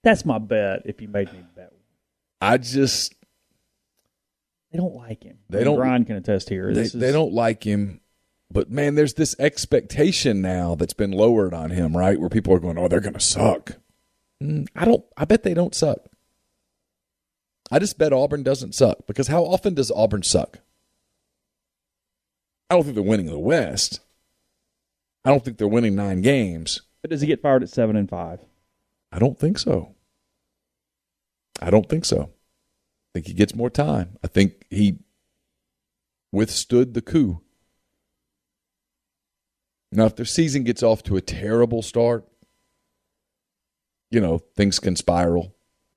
Speaker 1: that's my bet. If you made me bet,
Speaker 2: I just
Speaker 1: they don't like him.
Speaker 2: They don't-
Speaker 1: Brian can attest here.
Speaker 2: they,
Speaker 1: This is-
Speaker 2: they don't like him. But man, there's this expectation now that's been lowered on him, right? Where people are going, "Oh, they're going to suck." Mm, I don't. I bet they don't suck. I just bet Auburn doesn't suck because how often does Auburn suck? I don't think they're winning the West. I don't think they're winning nine games.
Speaker 1: But does he get fired at seven and five?
Speaker 2: I don't think so. I don't think so. I think he gets more time. I think he withstood the coup. Now, if their season gets off to a terrible start, you know, things can spiral.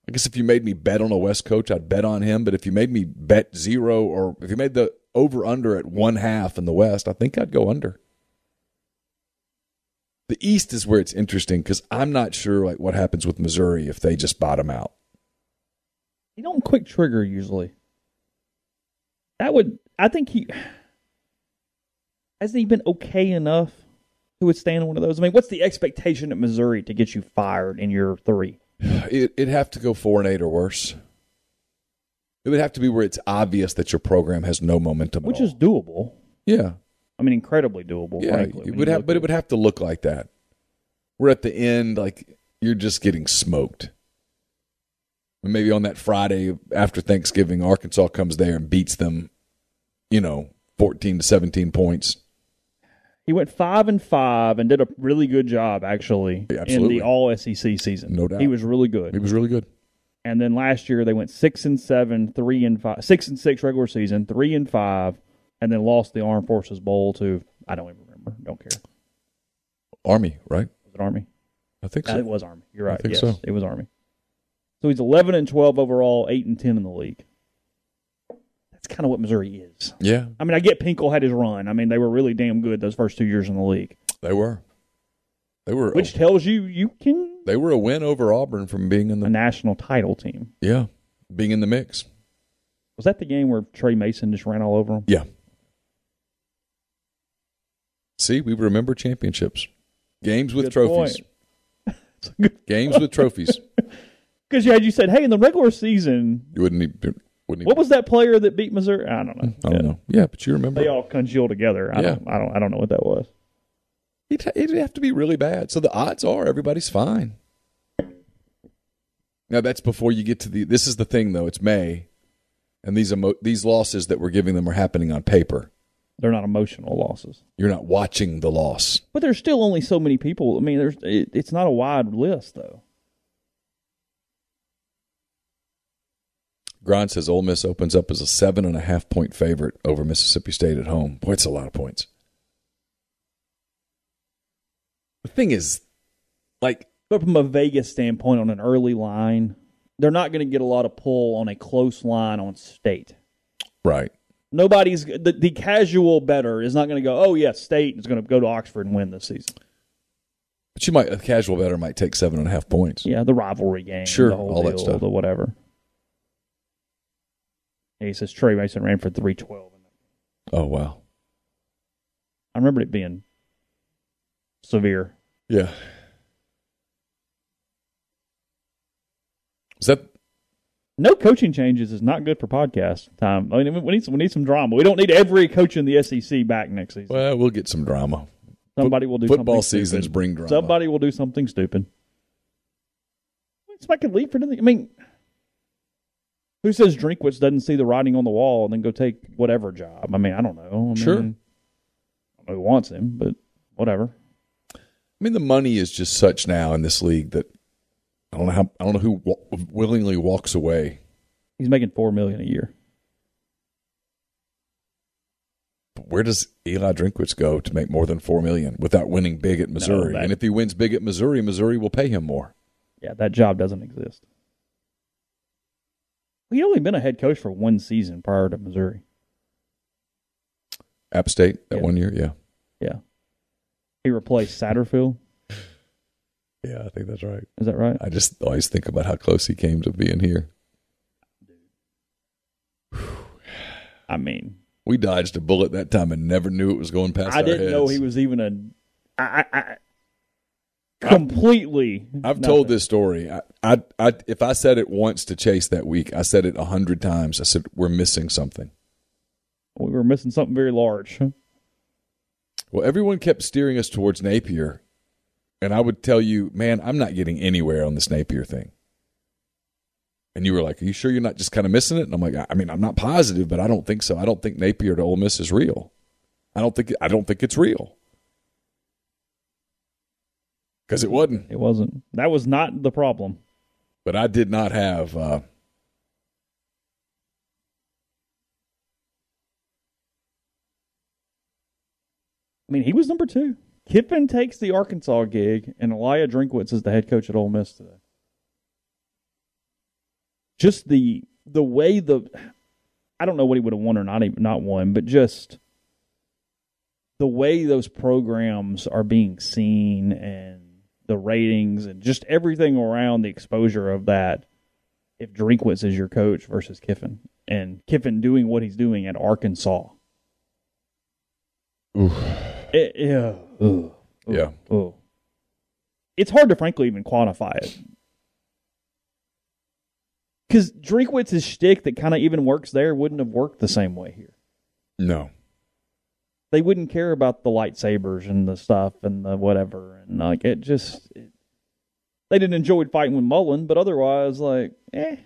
Speaker 2: I guess if you made me bet on a West coach, I'd bet on him. But if you made me bet zero, or if you made the over under at one half in the West, I think I'd go under. The East is where it's interesting because I'm not sure like what happens with Missouri if they just bottom out.
Speaker 1: You don't quick trigger usually. That would I think he hasn't he been okay enough to withstand one of those. I mean, what's the expectation at Missouri to get you fired in your three?
Speaker 2: It, it'd have to go four and eight or worse. It would have to be where it's obvious that your program has no momentum, at
Speaker 1: Which
Speaker 2: all.
Speaker 1: is doable.
Speaker 2: yeah,
Speaker 1: I mean, incredibly doable.
Speaker 2: yeah.
Speaker 1: frankly,
Speaker 2: It
Speaker 1: when
Speaker 2: would
Speaker 1: you
Speaker 2: have,
Speaker 1: look
Speaker 2: but
Speaker 1: at
Speaker 2: it would have to look like that. We're at the end, like you're just getting smoked. And maybe on that Friday after Thanksgiving, Arkansas comes there and beats them, you know, fourteen to seventeen points.
Speaker 1: He went five and five and did a really good job actually
Speaker 2: Yeah,
Speaker 1: in
Speaker 2: absolutely.
Speaker 1: the All SEC season.
Speaker 2: No doubt.
Speaker 1: he was really good.
Speaker 2: It was really good.
Speaker 1: And then last year they went six and seven, three and five, six and six regular season, three and five, and then lost the Armed Forces Bowl to I don't even remember, don't care.
Speaker 2: Army, right?
Speaker 1: Was it Army?
Speaker 2: I think
Speaker 1: No,
Speaker 2: so.
Speaker 1: it was Army. You're right.
Speaker 2: I think
Speaker 1: yes,
Speaker 2: so.
Speaker 1: it was Army. So he's 11 and 12 overall, eight and 10 in the league. That's kind of what Missouri is.
Speaker 2: Yeah,
Speaker 1: I mean, I get Pinkel had his run. I mean, they were really damn good those first two years in the league,
Speaker 2: they were. They were.
Speaker 1: which tells you you can
Speaker 2: they were a win over Auburn from being in
Speaker 1: a
Speaker 2: the
Speaker 1: national title team.
Speaker 2: yeah, being in the mix.
Speaker 1: Was that the game where Trey Mason just ran all over him?
Speaker 2: Yeah. See, we remember championships, games with
Speaker 1: Good
Speaker 2: trophies,
Speaker 1: point. It's a good
Speaker 2: games with trophies.
Speaker 1: Because you had you said, hey, in the regular season,
Speaker 2: You wouldn't even, wouldn't
Speaker 1: what was that player that beat Missouri? I don't know.
Speaker 2: even, I don't know. Yeah, but you remember.
Speaker 1: They all congealed together. I
Speaker 2: Yeah.
Speaker 1: don't. I don't. I don't know what that was.
Speaker 2: It'd, it'd have to be really bad. So the odds are everybody's fine. Now that's before you get to the. This is the thing though. It's May, and these emo- these losses that we're giving them are happening on paper.
Speaker 1: They're not emotional losses,
Speaker 2: You're not watching the loss.
Speaker 1: but there's still only so many people. I mean, there's. It, it's not a wide list though.
Speaker 2: Grind says Ole Miss opens up as a seven and a half point favorite over Mississippi State at home. Boy, it's a lot of points. The thing is, like,
Speaker 1: But from a Vegas standpoint, on an early line, they're not going to get a lot of pull on a close line on state.
Speaker 2: right?
Speaker 1: Nobody's the, the casual better is not going to go. Oh yeah, state is going to go to Oxford and win this season.
Speaker 2: But you might a casual better might take seven and a half points.
Speaker 1: Yeah, the rivalry game.
Speaker 2: Sure,
Speaker 1: the whole
Speaker 2: all that
Speaker 1: deal,
Speaker 2: stuff.
Speaker 1: The whatever. And he says Trey Mason ran for three twelve.
Speaker 2: Oh wow,
Speaker 1: I remember it being severe.
Speaker 2: yeah. Is that
Speaker 1: No coaching changes is not good for podcast time. I mean, we need some, we need some drama. We don't need every coach in the SEC back next season.
Speaker 2: well? We'll get some drama.
Speaker 1: Somebody will do
Speaker 2: Football
Speaker 1: something
Speaker 2: seasons
Speaker 1: stupid.
Speaker 2: bring drama.
Speaker 1: Somebody will do something stupid. It's like a leap for nothing. I mean, who says Drinkwitz doesn't see the writing on the wall and then go take whatever job? I mean, I don't know. I mean,
Speaker 2: Sure.
Speaker 1: I don't know who wants him, but whatever.
Speaker 2: I mean, the money is just such now in this league that I don't know how I don't know who wa- willingly walks away.
Speaker 1: He's making four million a year.
Speaker 2: But where does Eli Drinkwitz go to make more than four million without winning big at Missouri?
Speaker 1: that-
Speaker 2: and if he wins big at Missouri, Missouri will pay him more.
Speaker 1: Yeah, that job doesn't exist. He'd only been a head coach for one season prior to Missouri.
Speaker 2: App State that
Speaker 1: Yeah.
Speaker 2: one year, yeah,
Speaker 1: Yeah. He replaced Satterfield.
Speaker 2: yeah, I think that's right.
Speaker 1: Is that right?
Speaker 2: I just always think about how close he came to being here.
Speaker 1: I mean,
Speaker 2: We dodged a bullet that time and never knew it was going past.
Speaker 1: I
Speaker 2: our
Speaker 1: didn't know
Speaker 2: heads.
Speaker 1: he was even a. I, I, I completely.
Speaker 2: I've told
Speaker 1: nothing.
Speaker 2: this story. I, I, I, if I said it once to Chase that week, I said it a hundred times. I said we're missing something.
Speaker 1: We were missing something very large.
Speaker 2: Well, everyone kept steering us towards Napier, and I would tell you, man, I'm not getting anywhere on this Napier thing. And you were like, "Are you sure you're not just kind of missing it?" And I'm like, "I I mean, I'm not positive, but I don't think so. I don't think Napier to Ole Miss is real. I don't think I don't think it's real because it wasn't."
Speaker 1: It wasn't. That was not the problem.
Speaker 2: but I did not have. Uh,
Speaker 1: I mean, he was number two. Kiffin takes the Arkansas gig, and Elia Drinkwitz is the head coach at Ole Miss today. Just the the way the I don't know what he would have won or not even not won, but just the way those programs are being seen and the ratings and just everything around the exposure of that. If Drinkwitz is your coach versus Kiffin and Kiffin doing what he's doing at Arkansas, it, Eh, yeah, ugh,
Speaker 2: Yeah.
Speaker 1: ugh. it's hard to frankly even quantify it because Drinkwitz's shtick that kind of even works there wouldn't have worked the same way here.
Speaker 2: No.
Speaker 1: They wouldn't care about the lightsabers and the stuff and the whatever, and like it just it, they didn't enjoy fighting with Mullen, but otherwise, like, eh,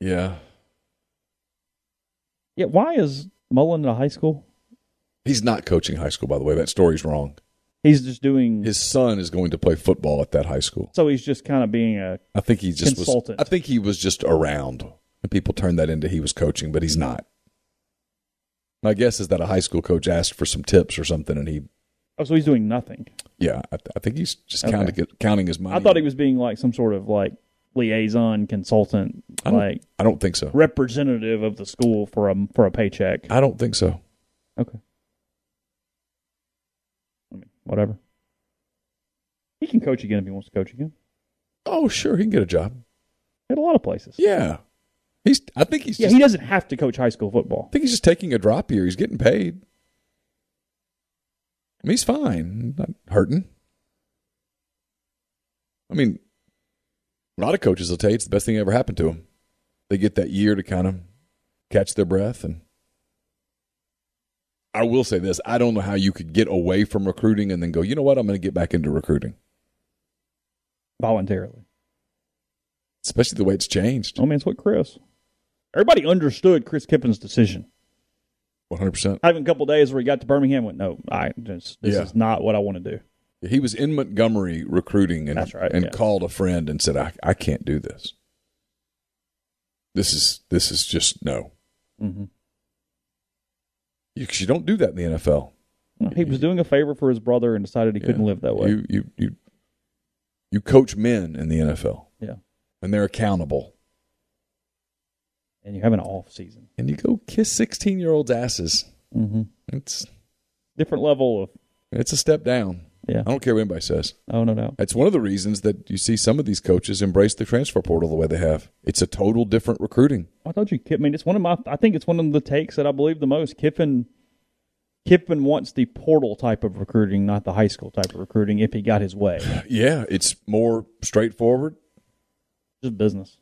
Speaker 2: Yeah.
Speaker 1: yeah. Why is Mullen in a high school?
Speaker 2: He's not coaching high school, by the way. That story's wrong.
Speaker 1: He's just doing.
Speaker 2: His son is going to play football at that high school.
Speaker 1: so he's just kind of being a
Speaker 2: I think he just
Speaker 1: Consultant.
Speaker 2: was. I think he was just around, and people turned that into he was coaching, but he's not. My guess is that a high school coach asked for some tips or something, and he,
Speaker 1: oh, so he's doing nothing.
Speaker 2: yeah, I, th- I think he's just
Speaker 1: Okay.
Speaker 2: counting counting his money.
Speaker 1: I thought he was being like some sort of like liaison consultant,
Speaker 2: I don't-
Speaker 1: like
Speaker 2: I don't think so.
Speaker 1: representative of the school for a for a paycheck.
Speaker 2: I don't think so.
Speaker 1: Okay. I mean, whatever. He can coach again if he wants to coach again.
Speaker 2: Oh, sure, he can get a job.
Speaker 1: At a lot of places.
Speaker 2: Yeah, he's. I think he's.
Speaker 1: Yeah,
Speaker 2: Just,
Speaker 1: he doesn't have to coach high school football.
Speaker 2: I think he's just taking a drop year. He's getting paid. I mean, he's fine. Not hurting. I mean, a lot of coaches will tell you it's the best thing that ever happened to them. They get that year to kind of catch their breath. And I will say this I don't know how you could get away from recruiting and then go, you know what? I'm going to get back into recruiting,
Speaker 1: Voluntarily.
Speaker 2: especially the way it's changed.
Speaker 1: I mean, it's what Chris. Everybody understood Chris Kiffin's decision.
Speaker 2: 100%.
Speaker 1: Having a couple days where he got to Birmingham, went, no, I just, this
Speaker 2: Yeah.
Speaker 1: is not what I want to do.
Speaker 2: He was in Montgomery recruiting and,
Speaker 1: That's right,
Speaker 2: and
Speaker 1: yeah.
Speaker 2: called a friend and said, I, I can't do this. This is this is just no. Mm-hmm.
Speaker 1: hmm
Speaker 2: You, 'cause you don't do that in the NFL.
Speaker 1: He was doing a favor for his brother and decided he couldn't
Speaker 2: Yeah.
Speaker 1: live that way.
Speaker 2: You you you you coach men in the NFL
Speaker 1: yeah.
Speaker 2: and they're accountable.
Speaker 1: And you have an off season.
Speaker 2: And you go kiss sixteen year olds' asses.
Speaker 1: Mm-hmm.
Speaker 2: It's
Speaker 1: Different level of,
Speaker 2: it's a step down.
Speaker 1: yeah.
Speaker 2: I don't care what anybody says.
Speaker 1: Oh, no doubt.
Speaker 2: It's one of the reasons that you see some of these coaches embrace the transfer portal the way they have. It's a total different recruiting.
Speaker 1: I told you, Kiffin. I mean, it's one of my. I think it's one of the takes that I believe the most. Kiffin, Kiffin wants the portal type of recruiting, not the high school type of recruiting. If he got his way,
Speaker 2: Yeah, it's more straightforward.
Speaker 1: just business.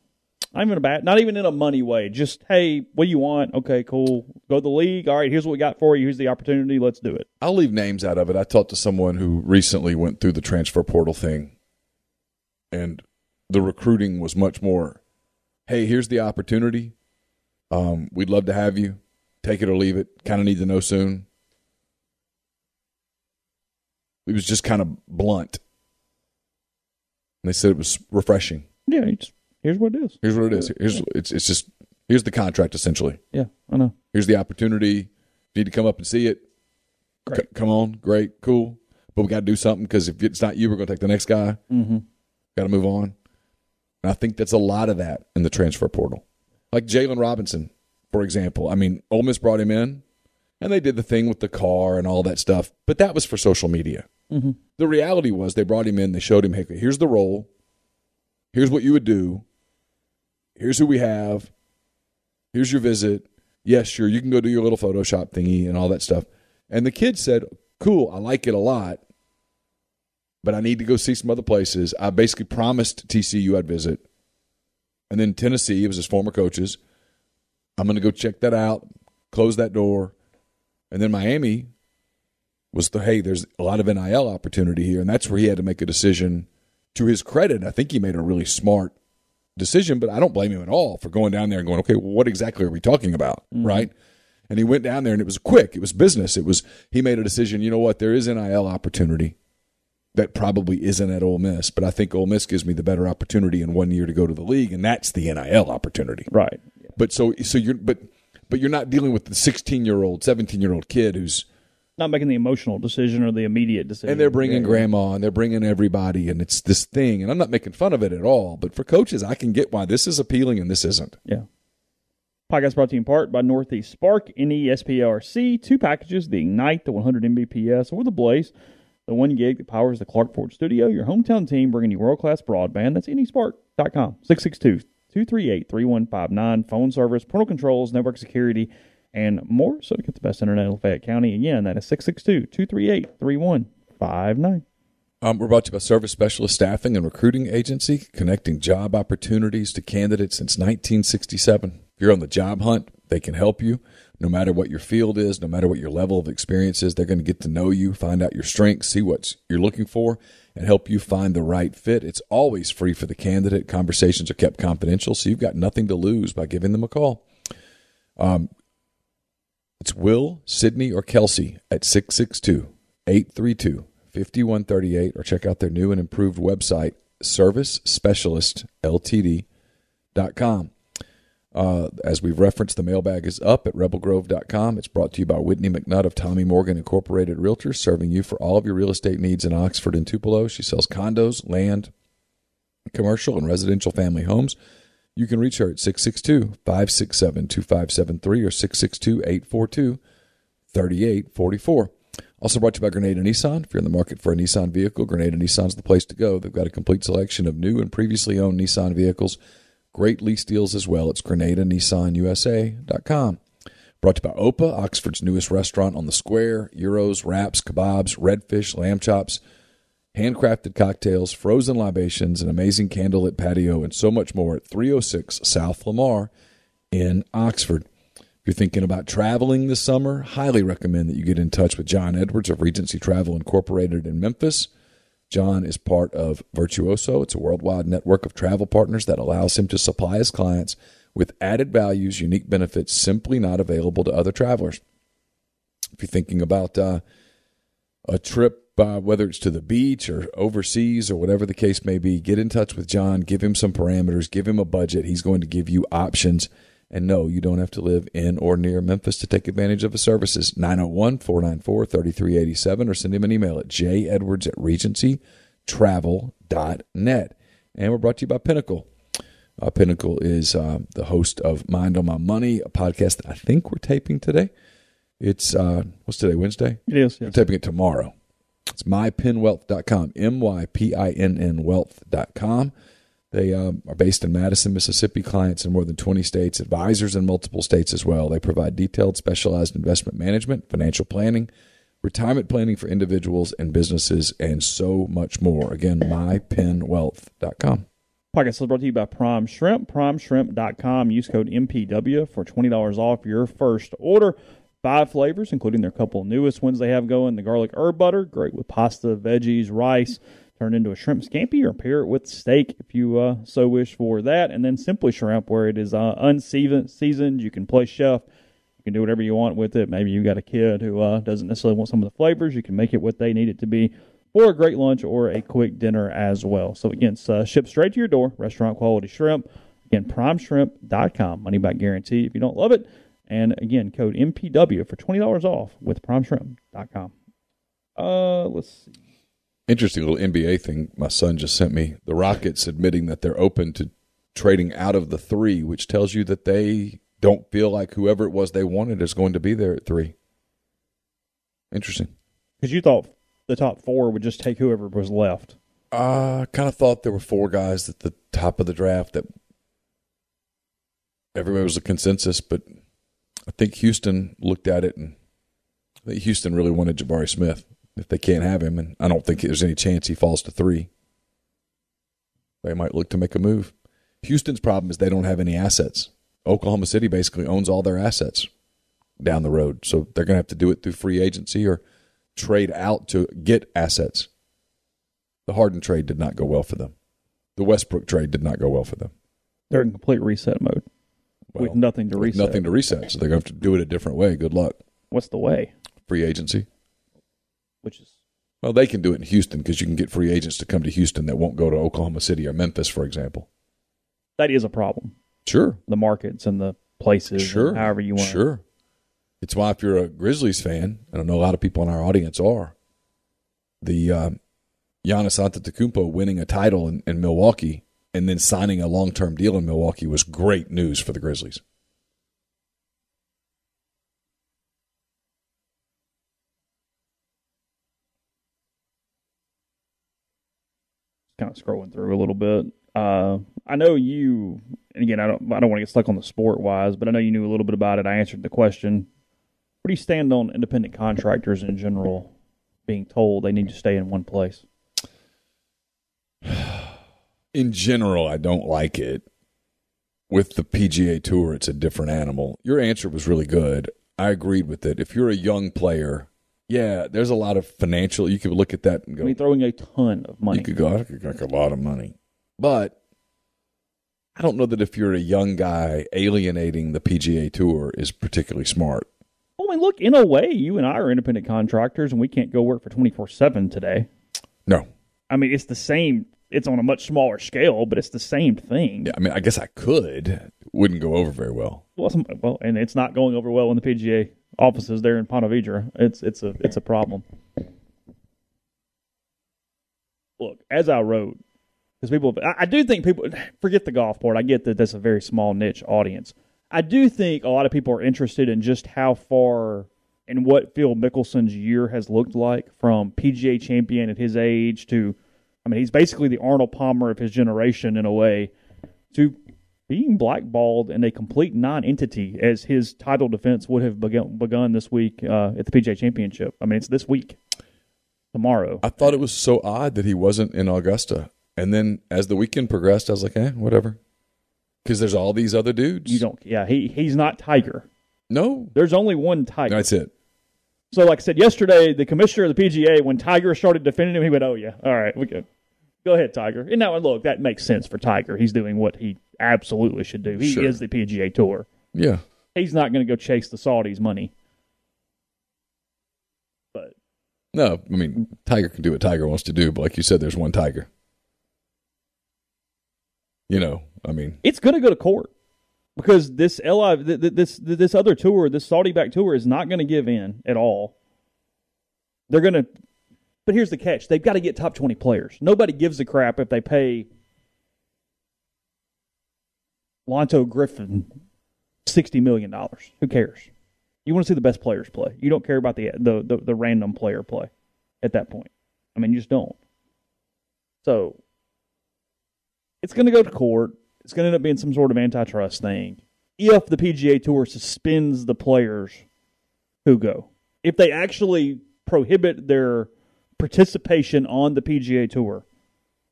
Speaker 1: Not even a bad, not even in a money way. Just hey, what do you want? Okay, cool. Go to the league. All right, here's what we got for you. Here's the opportunity. Let's do it.
Speaker 2: I'll leave names out of it. I talked to someone who recently went through the transfer portal thing, and the recruiting was much more hey, here's the opportunity. Um, we'd love to have you. Take it or leave it. Kind of need to know soon. It was just kind of blunt. And they said it was refreshing.
Speaker 1: Yeah, you just, here's what it is.
Speaker 2: Here's what it is. Here's it's it's just here's the contract essentially.
Speaker 1: Yeah, I know.
Speaker 2: Here's the opportunity. Need to come up and see it. C-
Speaker 1: Great.
Speaker 2: come on, great, cool. But we got to do something because if it's not you, we're going to take the next guy.
Speaker 1: Mm-hmm.
Speaker 2: Got to move on. And I think that's a lot of that in the transfer portal. Like Jalen Robinson, for example. I mean, Ole Miss brought him in, and they did the thing with the car and all that stuff. But that was for social media.
Speaker 1: Mhm.
Speaker 2: The reality was they brought him in. They showed him, hey, here's the role. Here's what you would do. Here's who we have. Here's your visit. Yes, sure, you can go do your little Photoshop thingy and all that stuff. And the kid said, cool, I like it a lot but I need to go see some other places. I basically promised TCU I'd visit. And then Tennessee, it was his former coaches. I'm going to go check that out, close that door. And then Miami was the hey, there's a lot of NIL opportunity here. And that's where he had to make a decision. To his credit, I think he made a really smart decision, but I don't blame him at all for going down there and going, okay, what exactly are we talking about? Right. And he went down there and it was quick. It was business. It was, he made a decision. You know what? There is NIL opportunity that probably isn't at Ole Miss, but I think Ole Miss gives me the better opportunity in one year to go to the league, and that's the NIL opportunity.
Speaker 1: Right.
Speaker 2: But so so you're but but you're not dealing with the 16 year old, 17 year old kid who's
Speaker 1: Not making the emotional decision or the immediate decision.
Speaker 2: and they're bringing
Speaker 1: Yeah.
Speaker 2: grandma and they're bringing everybody, and it's this thing. And I'm not making fun of it at all, but for coaches, I can get why this is appealing and this isn't.
Speaker 1: Yeah. Podcast brought to you in part by Northeast Spark, E NESPRC. Two packages the Ignite, the 100 Mbps, or the Blaze, the one gig that powers the Clark Ford Studio, your hometown team bringing you world class broadband. That's E nespark.com. 662 238 3159. Phone service, portal controls, network security, and more. So to get the best internet in Lafayette County, again, that is 662 238 3159.
Speaker 2: Um, we're brought to you by Service Specialist Staffing and Recruiting Agency, connecting job opportunities to candidates since 1967. If you're on the job hunt, they can help you. No matter what your field is, no matter what your level of experience is, they're going to get to know you, find out your strengths, see what you're looking for, and help you find the right fit. It's always free for the candidate. Conversations are kept confidential, so you've got nothing to lose by giving them a call. It's Will, Sydney, or Kelsey at 662 832 5138, or check out their new and improved website, Service Specialist servicespecialistltd.com. Uh, as we've referenced, the mailbag is up at rebelgrove.com. It's brought to you by Whitney McNutt of Tommy Morgan Incorporated Realtors, serving you for all of your real estate needs in Oxford and Tupelo. She sells condos, land, commercial, and residential family homes. You can reach her at 662 567 2573 or 662 842 3844. Also brought to you by Grenada Nissan. If you're in the market for a Nissan vehicle, Grenada Nissan's the place to go. They've got a complete selection of new and previously owned Nissan vehicles. Great lease deals as well. It's GrenadaNissanUSA.com. Brought to you by Opa, Oxford's newest restaurant on the square. Euros, wraps, kebabs, redfish, lamb chops, handcrafted cocktails, frozen libations, an amazing candlelit patio, and so much more at 306 South Lamar in Oxford. If you're thinking about traveling this summer, highly recommend that you get in touch with John Edwards of Regency Travel Incorporated in Memphis. John is part of Virtuoso. It's a worldwide network of travel partners that allows him to supply his clients with added values, unique benefits simply not available to other travelers. If you're thinking about uh, a trip, uh, whether it's to the beach or overseas or whatever the case may be, get in touch with John, give him some parameters, give him a budget. He's going to give you options. And no, you don't have to live in or near Memphis to take advantage of his services. 901 494 3387 or send him an email at jedwards at regencytravel.net. And we're brought to you by Pinnacle. Uh, Pinnacle is uh, the host of Mind on My Money, a podcast that I think we're taping today. It's, uh, what's today, Wednesday?
Speaker 1: It is.
Speaker 2: We're
Speaker 1: Yes.
Speaker 2: taping it tomorrow. It's mypinwealth.com, M Y P I N N wealth.com. They um, are based in Madison, Mississippi, clients in more than 20 states, advisors in multiple states as well. They provide detailed, specialized investment management, financial planning, retirement planning for individuals and businesses, and so much more. Again, mypinwealth.com.
Speaker 1: Podcast is brought to you by Prime Shrimp, primeshrimp.com. Use code MPW for $20 off your first order. Five flavors, including their couple newest ones they have going the garlic herb butter, great with pasta, veggies, rice. Turn into a shrimp scampi or pair it with steak if you uh, so wish for that. And then Simply Shrimp, where it is uh, unseasoned. seasoned. You can play chef. You can do whatever you want with it. Maybe you got a kid who uh, doesn't necessarily want some of the flavors. You can make it what they need it to be for a great lunch or a quick dinner as well. So, again, it's uh, shipped straight to your door, restaurant quality shrimp. Again, primeshrimp.com. Money back guarantee if you don't love it. And again, code MPW for $20 off with primeshrimp.com. Uh, let's see.
Speaker 2: Interesting little NBA thing my son just sent me. The Rockets admitting that they're open to trading out of the three, which tells you that they don't feel like whoever it was they wanted is going to be there at three. Interesting.
Speaker 1: Because you thought the top four would just take whoever was left.
Speaker 2: I kind of thought there were four guys at the top of the draft that everybody was a consensus, but I think Houston looked at it and I think Houston really wanted Jabari Smith if they can't have him, and I don't think there's any chance he falls to three. They might look to make a move. Houston's problem is they don't have any assets. Oklahoma City basically owns all their assets down the road, so they're going to have to do it through free agency or trade out to get assets. The Harden trade did not go well for them. The Westbrook trade did not go well for them.
Speaker 1: They're in complete reset mode
Speaker 2: Well,
Speaker 1: with nothing to
Speaker 2: with
Speaker 1: reset.
Speaker 2: Nothing to reset. So they're going to have to do it a different way. Good luck.
Speaker 1: What's the way?
Speaker 2: Free agency.
Speaker 1: Which is
Speaker 2: Well, they can do it in Houston because you can get free agents to come to Houston that won't go to Oklahoma City or Memphis, for example.
Speaker 1: that is a problem.
Speaker 2: Sure.
Speaker 1: The markets and the places, and
Speaker 2: Sure.
Speaker 1: however you want.
Speaker 2: Sure. It's why if you're a Grizzlies fan, and I know a lot of people in our audience are, the um, Giannis Antetokounmpo winning a title in, in Milwaukee and then signing a long-term deal in Milwaukee was great news for the Grizzlies.
Speaker 1: kind of scrolling through a little bit. Uh, I know you, and again, I don't, I don't want to get stuck on the sport wise, but I know you knew a little bit about it. I answered the question. Where do you stand on independent contractors in general being told they need to stay in one place?
Speaker 2: in general, I don't like it. With the PGA Tour, it's a different animal. Your answer was really good. I agreed with it. If you're a young player, yeah, there's a lot of financial. You could look at that and
Speaker 1: I
Speaker 2: go,
Speaker 1: mean, throwing a ton of money.
Speaker 2: you could go, I could make a lot of money. But I don't know that if you're a young guy, alienating the PGA Tour is particularly smart.
Speaker 1: Well, I mean, look, in a way, you and I are independent contractors, and we can't go work for twenty four seven today.
Speaker 2: No.
Speaker 1: I mean, it's the same. It's on a much smaller scale, but it's the same thing.
Speaker 2: Yeah, I mean, I guess I could. Wouldn't go over very well.
Speaker 1: Well, some, well, and it's not going over well in the PGA offices there in Ponte Vedra. It's it's a it's a problem. Look, as I wrote, because people, I, I do think people forget the golf part. I get that that's a very small niche audience. I do think a lot of people are interested in just how far and what Phil Mickelson's year has looked like from PGA champion at his age to, I mean, he's basically the Arnold Palmer of his generation in a way to being blackballed and a complete non-entity as his title defense would have begun, begun this week uh, at the PGA Championship. I mean, it's this week, tomorrow.
Speaker 2: I thought it was so odd that he wasn't in Augusta. And then as the weekend progressed, I was like, eh, whatever. Because there's all these other dudes.
Speaker 1: You don't, yeah. He he's not Tiger.
Speaker 2: No.
Speaker 1: There's only one Tiger.
Speaker 2: That's it.
Speaker 1: So, like I said yesterday, the commissioner of the PGA, when Tiger started defending him, he went, "Oh yeah, all right, we can go ahead, Tiger." And now, look, that makes sense for Tiger. He's doing what he absolutely should do. He
Speaker 2: Sure.
Speaker 1: is the PGA Tour.
Speaker 2: Yeah.
Speaker 1: He's not going to go chase the Saudis' money. But
Speaker 2: No, I mean, Tiger can do what Tiger wants to do, but like you said, there's one Tiger. You know, I mean,
Speaker 1: it's going to go to court because this LI, th- th- this th- this other tour, this Saudi back tour, is not going to give in at all. They're going to, but here's the catch: they've got to get top twenty players. Nobody gives a crap if they pay Lonto Griffin sixty million dollars. Who cares? You want to see the best players play. You don't care about the the the, the random player play at that point. I mean, you just don't. So it's going to go to court. It's going to end up being some sort of antitrust thing. If the PGA Tour suspends the players who go, if they actually prohibit their participation on the PGA Tour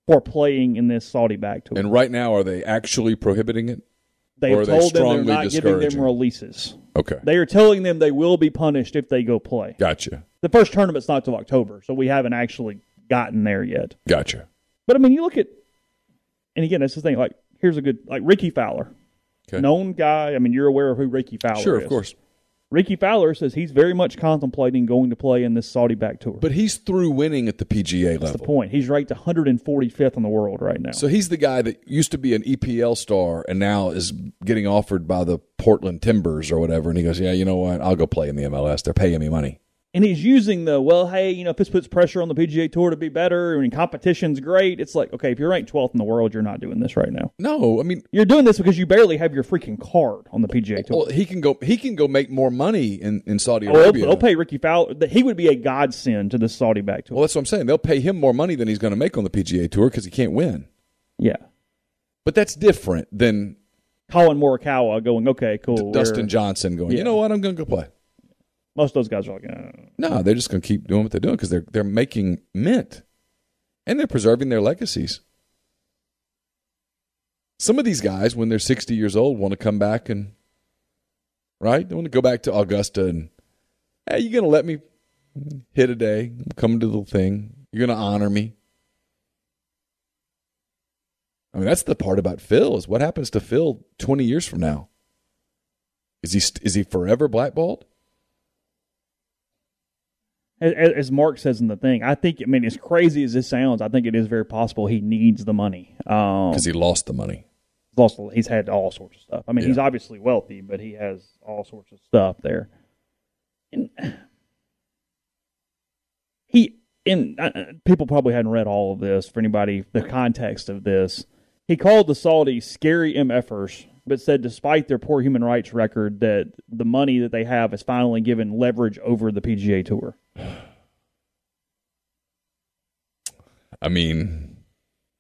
Speaker 1: for playing in this Saudi back tour,
Speaker 2: and right now, are they actually prohibiting it? or are
Speaker 1: they've
Speaker 2: they
Speaker 1: told them
Speaker 2: strongly
Speaker 1: they're not giving them
Speaker 2: discouraging?
Speaker 1: releases.
Speaker 2: Okay.
Speaker 1: They are telling them they will be punished if they go play.
Speaker 2: Gotcha.
Speaker 1: The first tournament's not till October, so we haven't actually gotten there yet.
Speaker 2: Gotcha.
Speaker 1: But I mean, you look at, and again, that's the thing. Like, here's a good like Ricky Fowler,
Speaker 2: Okay.
Speaker 1: known guy. I mean, you're aware of who Ricky Fowler is.
Speaker 2: Sure, of course.
Speaker 1: Ricky Fowler says he's very much contemplating going to play in this Saudi back tour.
Speaker 2: But he's through winning at the PGA
Speaker 1: that's the
Speaker 2: level.
Speaker 1: point. He's ranked 145th in the world right now.
Speaker 2: So he's the guy that used to be an EPL star and now is getting offered by the Portland Timbers or whatever. And he goes, Yeah, you know what? I'll go play in the MLS. They're paying me money.
Speaker 1: and he's using the well, hey, you know, if this puts pressure on the PGA Tour to be better, and competition's great. It's like, okay, if you're ranked 12th in the world, you're not doing this right now.
Speaker 2: No, I mean,
Speaker 1: You're doing this because you barely have your freaking card on the PGA Tour.
Speaker 2: well, he can go. He can go make more money in, in Saudi
Speaker 1: Oh, they'll,
Speaker 2: Arabia.
Speaker 1: they'll pay Ricky Fowler. that He would be a godsend to this Saudi back tour.
Speaker 2: Well, that's what I'm saying. They'll pay him more money than he's going to make on the PGA Tour because he can't win.
Speaker 1: yeah.
Speaker 2: But that's different than
Speaker 1: Colin Morikawa going, okay, cool.
Speaker 2: Dustin
Speaker 1: we're-
Speaker 2: Johnson going.
Speaker 1: Yeah.
Speaker 2: You know what? I'm going to go play.
Speaker 1: Most of those guys are like, uh,
Speaker 2: No, they're just going to keep doing what they're doing because they're they're making mint, and they're preserving their legacies. Some of these guys, when they're 60 years old, want to come back and right. They want to go back to Augusta and hey, you going to let me hit a day? I'm coming to the thing. You're going to honor me. I mean, that's the part about Phil is what happens to Phil 20 years from now. Is he st- is he forever blackballed?
Speaker 1: as, as Mark says in the thing, I think, I mean, as crazy as this sounds, I think it is very possible he needs the money. Um,
Speaker 2: Because he lost the money.
Speaker 1: he's lost, a- he's had all sorts of stuff. I mean,
Speaker 2: Yeah.
Speaker 1: he's obviously wealthy, but he has all sorts of stuff there. And he and uh, uh, people probably hadn't read all of this for anybody. The context of this, he called the Saudis scary mfers, but said despite their poor human rights record, that the money that they have is finally given leverage over the PGA Tour.
Speaker 2: I mean,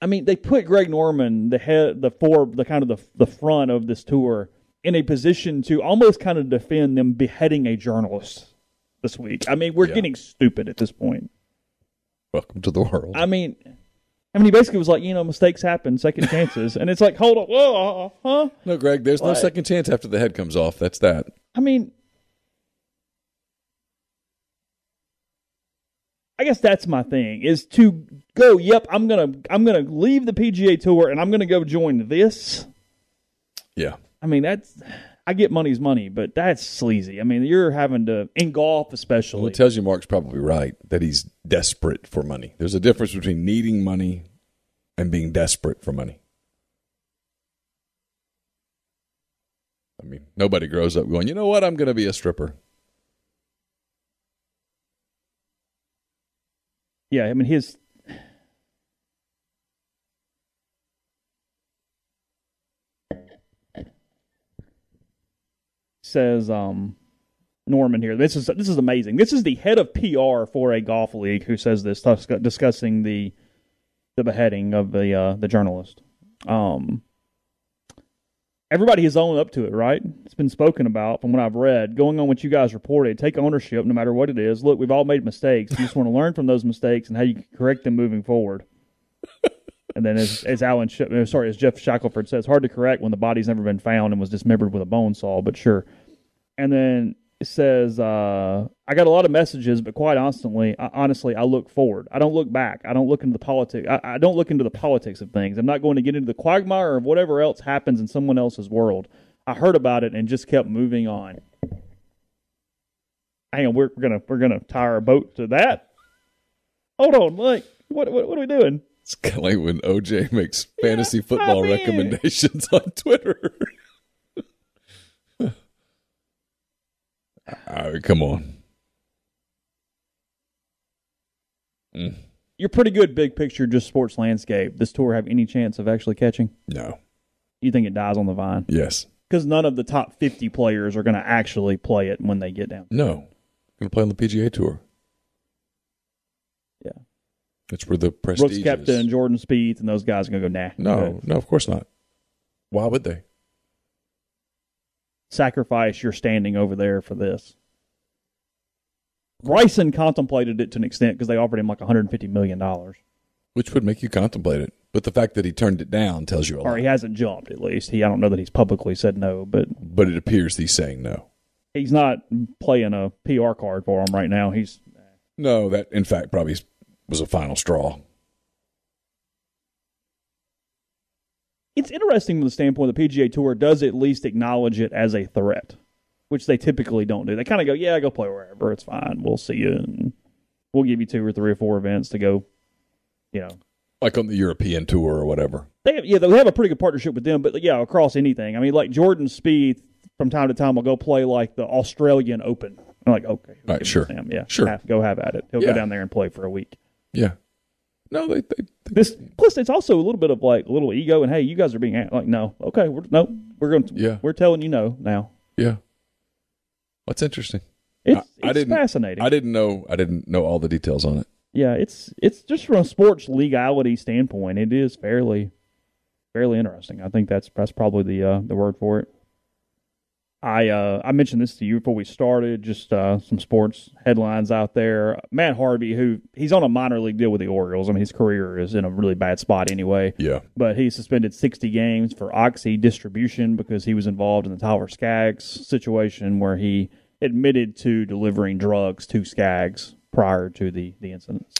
Speaker 1: I mean, they put Greg Norman, the head, the four, the kind of the the front of this tour, in a position to almost kind of defend them beheading a journalist this week. I mean, we're
Speaker 2: Yeah.
Speaker 1: getting stupid at this point.
Speaker 2: Welcome to the world.
Speaker 1: I mean, I mean, he basically was like, you know, mistakes happen, second chances, and it's like, hold on, whoa, uh, huh?
Speaker 2: no, Greg, there's no
Speaker 1: What?
Speaker 2: second chance after the head comes off. That's that.
Speaker 1: I mean, I guess that's my thing is to go. Yep, I'm gonna I'm gonna leave the PGA Tour and I'm gonna go join this.
Speaker 2: Yeah.
Speaker 1: I mean, that's I get money's money, but that's sleazy. I mean, you're having to in golf
Speaker 2: Well,
Speaker 1: especially.
Speaker 2: it tells you Mark's probably right that he's desperate for money. There's a difference between needing money and being desperate for money. I mean, nobody grows up going, you know what? I'm going to be a stripper.
Speaker 1: yeah, I mean his. Says um, Norman here. This is this is amazing. This is the head of PR for a golf league who says this, thus- discussing the the beheading of the uh, the journalist. Um, everybody has owned up to it, right? It's been spoken about from what I've read. Going on what you guys reported, take ownership no matter what it is. Look, we've all made mistakes. You just want to learn from those mistakes and how you can correct them moving forward. And then, as, as Alan, Sh- uh, sorry, as Jeff Shackelford says, hard to correct when the body's never been found and was dismembered with a bone saw, but sure. And then it says, uh, I got a lot of messages, but quite honestly, I, honestly, I look forward. I don't look back. I don't look into the politics. I, I don't look into the politics of things. I'm not going to get into the quagmire of whatever else happens in someone else's world. I heard about it and just kept moving on. Hang on, we're gonna we're gonna tie our boat to that. Hold on, like what what, what are we doing?
Speaker 2: It's kind of like when OJ makes fantasy
Speaker 1: I
Speaker 2: football
Speaker 1: mean-
Speaker 2: recommendations on Twitter. All right, come on. Mm,
Speaker 1: You're pretty good big picture, just sports landscape. This tour have any chance of actually catching?
Speaker 2: No.
Speaker 1: You think it dies on the vine?
Speaker 2: Yes.
Speaker 1: because none of the top 50 players are going to actually play it when they get down.
Speaker 2: No. Going to play on the PGA Tour.
Speaker 1: Yeah.
Speaker 2: That's where the
Speaker 1: Brooks
Speaker 2: prestige
Speaker 1: Kepka
Speaker 2: is.
Speaker 1: and Jordan Spieth and those guys are going to go, nah.
Speaker 2: No,
Speaker 1: Okay.
Speaker 2: no, of course not. Why would they?
Speaker 1: Sacrifice your standing over there for this. Bryson contemplated it to an extent because they offered him like $150 million. Or
Speaker 2: Which would make you contemplate it. But the fact that he turned it down tells you a lot.
Speaker 1: he hasn't jumped, at least. He I don't know that he's publicly said no, but
Speaker 2: But it appears he's saying no.
Speaker 1: he's not playing a PR card for him right now. He's
Speaker 2: No, that in fact probably was a final straw.
Speaker 1: it's interesting from the standpoint the PGA Tour does at least acknowledge it as a threat, which they typically don't do. They kind of go, "Yeah, go play wherever. It's fine. We'll see you. And we'll give you two or three or four events to go." You know,
Speaker 2: Like on the European tour or whatever.
Speaker 1: they have, yeah, they have a pretty good partnership with them, but yeah, across anything. I mean, like Jordan Speed from time to time will go play like the Australian Open. I'm like, okay,
Speaker 2: Right,
Speaker 1: give it
Speaker 2: sure.
Speaker 1: to him. yeah,
Speaker 2: Sure.
Speaker 1: have- go have at it. He'll
Speaker 2: Yeah.
Speaker 1: go down there and play for a week.
Speaker 2: Yeah. No, they, they, they
Speaker 1: This plus it's also a little bit of like little ego and hey, you guys are being a- like, no, okay, we're no, we're going, to
Speaker 2: Yeah.
Speaker 1: we're telling you no now.
Speaker 2: yeah. That's interesting.
Speaker 1: It's,
Speaker 2: I- I
Speaker 1: it's
Speaker 2: didn't-
Speaker 1: fascinating.
Speaker 2: I didn't know I didn't know all the details on it.
Speaker 1: yeah, it's it's just from a sports legality standpoint, it is fairly fairly interesting. I think that's that's probably the uh, the word for it. I uh, I mentioned this to you before we started. Just uh, some sports headlines out there. Matt Harvey, who he's on a minor league deal with the Orioles. I mean, his career is in a really bad spot anyway.
Speaker 2: Yeah.
Speaker 1: But he suspended 60 games for Oxy distribution because he was involved in the Tyler Skaggs situation where he admitted to delivering drugs to Skaggs prior to the, the incidents.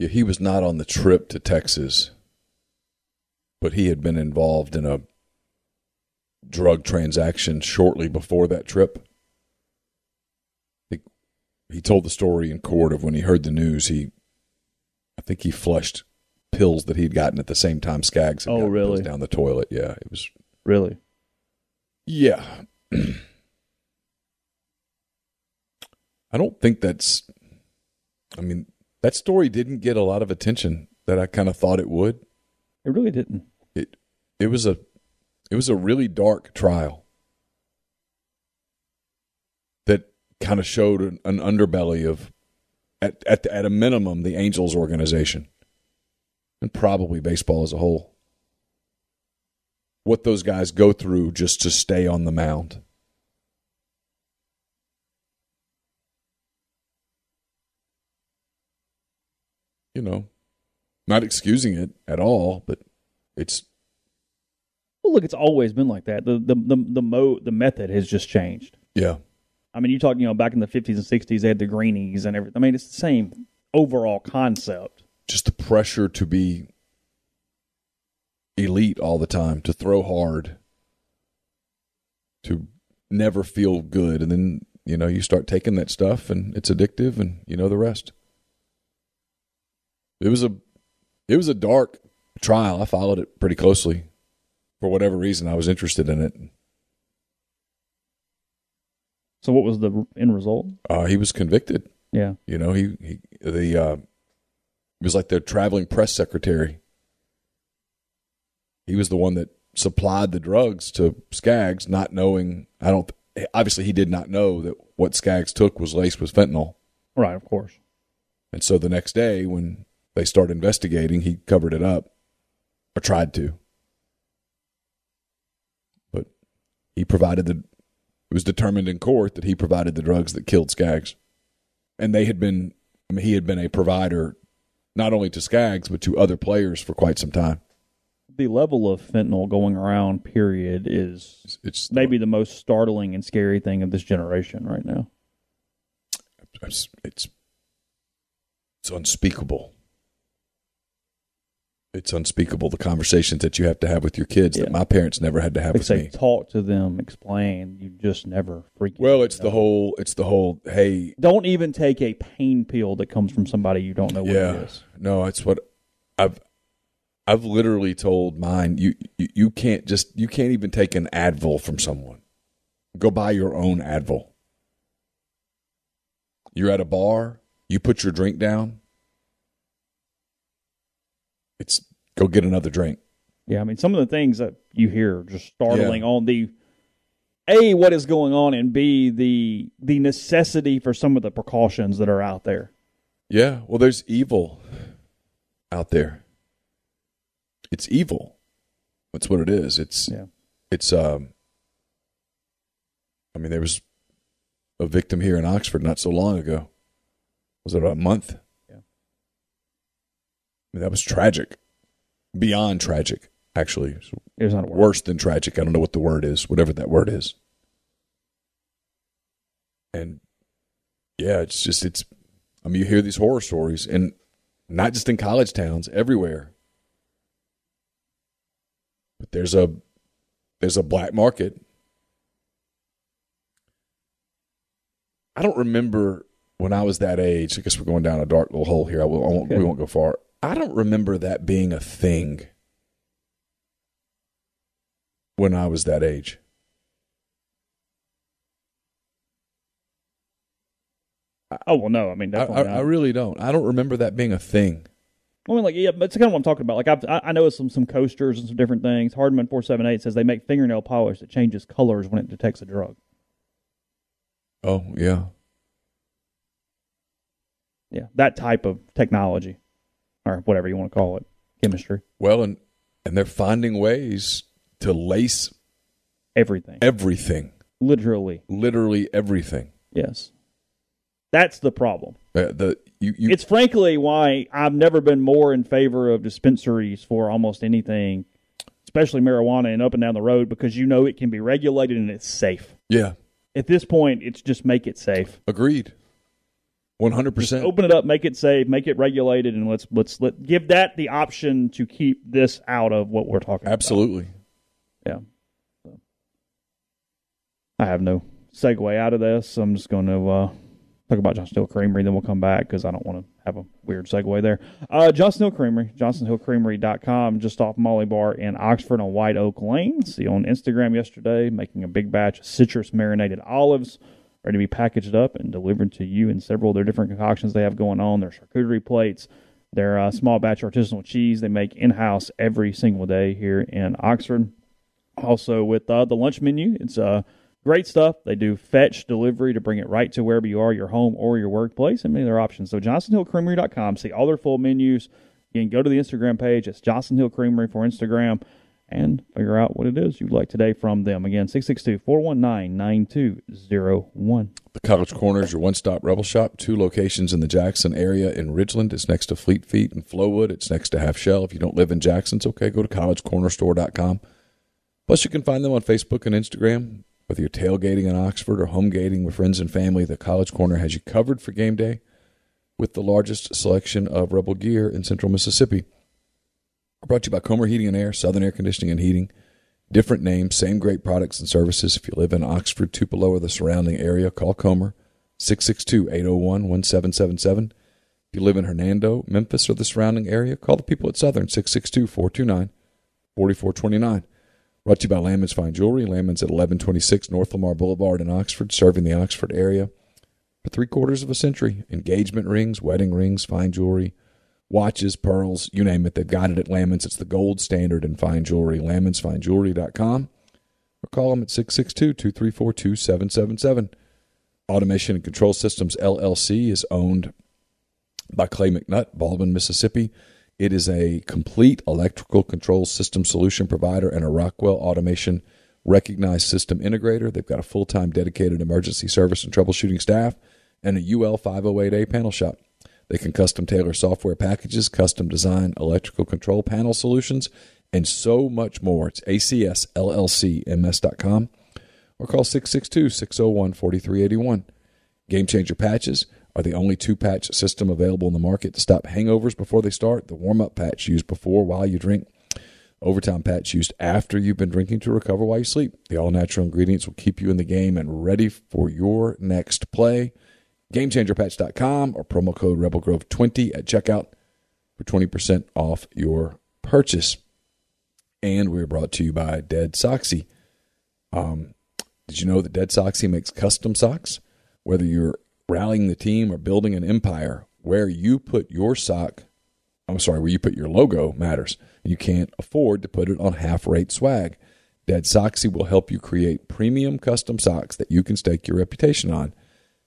Speaker 2: Yeah, he was not on the trip to Texas, but he had been involved in a drug transaction shortly before that trip. He- He told the story in court of when he heard the news. He, I think he flushed pills that he'd gotten at the same time Skaggs had
Speaker 1: Oh,
Speaker 2: gotten pills
Speaker 1: really?
Speaker 2: down the toilet. Yeah, it was.
Speaker 1: Really?
Speaker 2: Yeah, I don't think that's. I mean, that story didn't get a lot of attention that I kind of thought it would.
Speaker 1: It really didn't.
Speaker 2: it it was a it was a really dark trial that kind of showed an, an underbelly of at at at a minimum the Angels organization and probably baseball as a whole. What those guys go through just to stay on the mound. You know, not excusing it at all, but it's
Speaker 1: Well, look, it's always been like that. The the the the mo the method has just changed.
Speaker 2: yeah,
Speaker 1: I mean, you talk, you know, back in the 50s and 60s, they had the greenies and everything. I mean, it's the same overall concept.
Speaker 2: just the pressure to be elite all the time, to throw hard, to never feel good. And then, you know, you start taking that stuff and it's addictive and you know the rest. It was a it was a dark trial. I followed it pretty closely. For whatever reason I was interested in it.
Speaker 1: So, what was the r- end result?
Speaker 2: Uh, he was convicted.
Speaker 1: Yeah.
Speaker 2: You know, he, he the uh, he was like their traveling press secretary. He was the one that supplied the drugs to Skaggs, not knowing. I don't. Obviously, he did not know that what Skaggs took was laced with fentanyl.
Speaker 1: Right, of course.
Speaker 2: And so the next day, when they started investigating, he covered it up or tried to. But he provided the, it was determined in court that he provided the drugs that killed Skaggs. And they had been, I mean, he had been a provider not only to Skaggs, but to other players for quite some time.
Speaker 1: The level of fentanyl going around, period, is
Speaker 2: It's, it's
Speaker 1: maybe the most startling and scary thing of this generation right now.
Speaker 2: it's it's it's unspeakable. It's unspeakable the conversations that you have to have with your kids that
Speaker 1: Yeah.
Speaker 2: my parents never had to have
Speaker 1: Like
Speaker 2: with
Speaker 1: say,
Speaker 2: me.
Speaker 1: talk to them, explain. You just never freaking.
Speaker 2: Well, it's the
Speaker 1: know.
Speaker 2: whole. It's the whole. Hey,
Speaker 1: Don't even take a pain pill that comes from somebody you don't know what it
Speaker 2: yeah,
Speaker 1: is.
Speaker 2: no, it's what I've I've literally told mine. You, you you can't just you can't even take an Advil from someone. Go buy your own Advil. You're at a bar. You put your drink down. It's go get another drink.
Speaker 1: Yeah, I mean, some of the things that you hear are just startling on the a what is going on, and b the the necessity for some of the precautions that are out there.
Speaker 2: Yeah, well, there's evil out there. It's evil. That's what it is. It's
Speaker 1: Yeah.
Speaker 2: it's um. I mean, there was a victim here in Oxford not so long ago. Was it about a month?
Speaker 1: Yeah.
Speaker 2: I mean, that was tragic, beyond tragic. Actually, It's
Speaker 1: It's not a word.
Speaker 2: worse than tragic. I don't know what the word is, whatever that word is. And yeah, it's just it's. I mean, you hear these horror stories, and not just in college towns, everywhere. But there's a there's a black market. I don't remember when I was that age. I guess we're going down a dark little hole here. I, will, I won't,
Speaker 1: Okay.
Speaker 2: We won't go far. I don't remember that being a thing when I was that age.
Speaker 1: Oh well, no, I mean,
Speaker 2: I, I,
Speaker 1: definitely
Speaker 2: I
Speaker 1: not.
Speaker 2: really don't. I don't remember that being a thing.
Speaker 1: I mean, like, yeah, but it's kind of what I'm talking about. Like, I've, I I know some some coasters and some different things. Hardman four seven eight says they make fingernail polish that changes colors when it detects a drug.
Speaker 2: Oh yeah,
Speaker 1: Yeah, that type of technology, or whatever you want to call it, chemistry,
Speaker 2: Well, and and they're finding ways to lace
Speaker 1: everything,
Speaker 2: everything,
Speaker 1: literally.
Speaker 2: literally everything.
Speaker 1: Yes, that's the problem.
Speaker 2: Uh, the you, you
Speaker 1: it's frankly why I've never been more in favor of dispensaries for almost anything, especially marijuana and up and down the road, because you know it can be regulated and it's safe.
Speaker 2: yeah,
Speaker 1: At this point, it's just make it safe.
Speaker 2: agreed, one hundred percent.
Speaker 1: Open it up, make it safe, make it regulated, and let's let's let give that the option to keep this out of what we're talking
Speaker 2: Absolutely.
Speaker 1: about. Yeah. So. I have no segue out of this. I'm just going to uh, talk about Johnston Hill Creamery, then we'll come back because I don't want to have a weird segue there. Uh, Johnston Hill Creamery, johnstonhillcreamery.com, just off Molly Bar in Oxford on White Oak Lane. See you on Instagram yesterday, making a big batch of citrus marinated olives, ready to be packaged up and delivered to you in several of their different concoctions they have going on, their charcuterie plates, their uh, small batch artisanal cheese they make in-house every single day here in Oxford also with uh, the lunch menu. It's uh, great stuff. They do fetch delivery to bring it right to wherever you are, your home or your workplace, and many other options. So johnsonhillcreamery.com. See all their full menus, You can go to the Instagram page. It's Jocelyn Hill Creamery for Instagram and figure out what it is you'd like today from them. Again, 662 419 9201.
Speaker 2: The College Corner is your one stop rebel shop. Two locations in the Jackson area in Ridgeland. It's next to Fleet Feet and Flowwood. It's next to Half Shell. If you don't live in Jackson, it's okay. Go to collegecornerstore.com. Plus, you can find them on Facebook and Instagram. Whether you're tailgating in Oxford or home gating with friends and family, the College Corner has you covered for game day with the largest selection of rebel gear in central Mississippi. Brought to you by Comer Heating and Air, Southern Air Conditioning and Heating. Different names, same great products and services. If you live in Oxford, Tupelo, or the surrounding area, call Comer 662 801 1777. If you live in Hernando, Memphis, or the surrounding area, call the people at Southern 662 429 4429. Brought to you by Lamons Fine Jewelry. Lamons at 1126 North Lamar Boulevard in Oxford, serving the Oxford area for three quarters of a century. Engagement rings, wedding rings, fine jewelry, watches, pearls, you name it. They've got it at Lamons. It's the gold standard in fine jewelry. LamonsFineJewelry.com or call them at 662 234 2777. Automation and Control Systems LLC is owned by Clay McNutt, Baldwin, Mississippi. It is a complete electrical control system solution provider and a Rockwell Automation recognized system integrator. They've got a full time dedicated emergency service and troubleshooting staff and oh a UL 508A panel shop. They can custom tailor software packages, custom design electrical control panel solutions, and so much more. It's acsllcms.com or call 662 601 4381. Game Changer patches are the only two patch system available in the market to stop hangovers before they start, the warm up patch used before while you drink, overtime patch used after you've been drinking to recover while you sleep. The all natural ingredients will keep you in the game and ready for your next play. GameChangerPatch.com or promo code RebelGrove20 at checkout for 20% off your purchase. And we're brought to you by Dead Soxy. Um, did you know that Dead Soxy makes custom socks? Whether you're rallying the team or building an empire, where you put your sock, I'm sorry, where you put your logo matters. You can't afford to put it on half rate swag. Dead Soxy will help you create premium custom socks that you can stake your reputation on.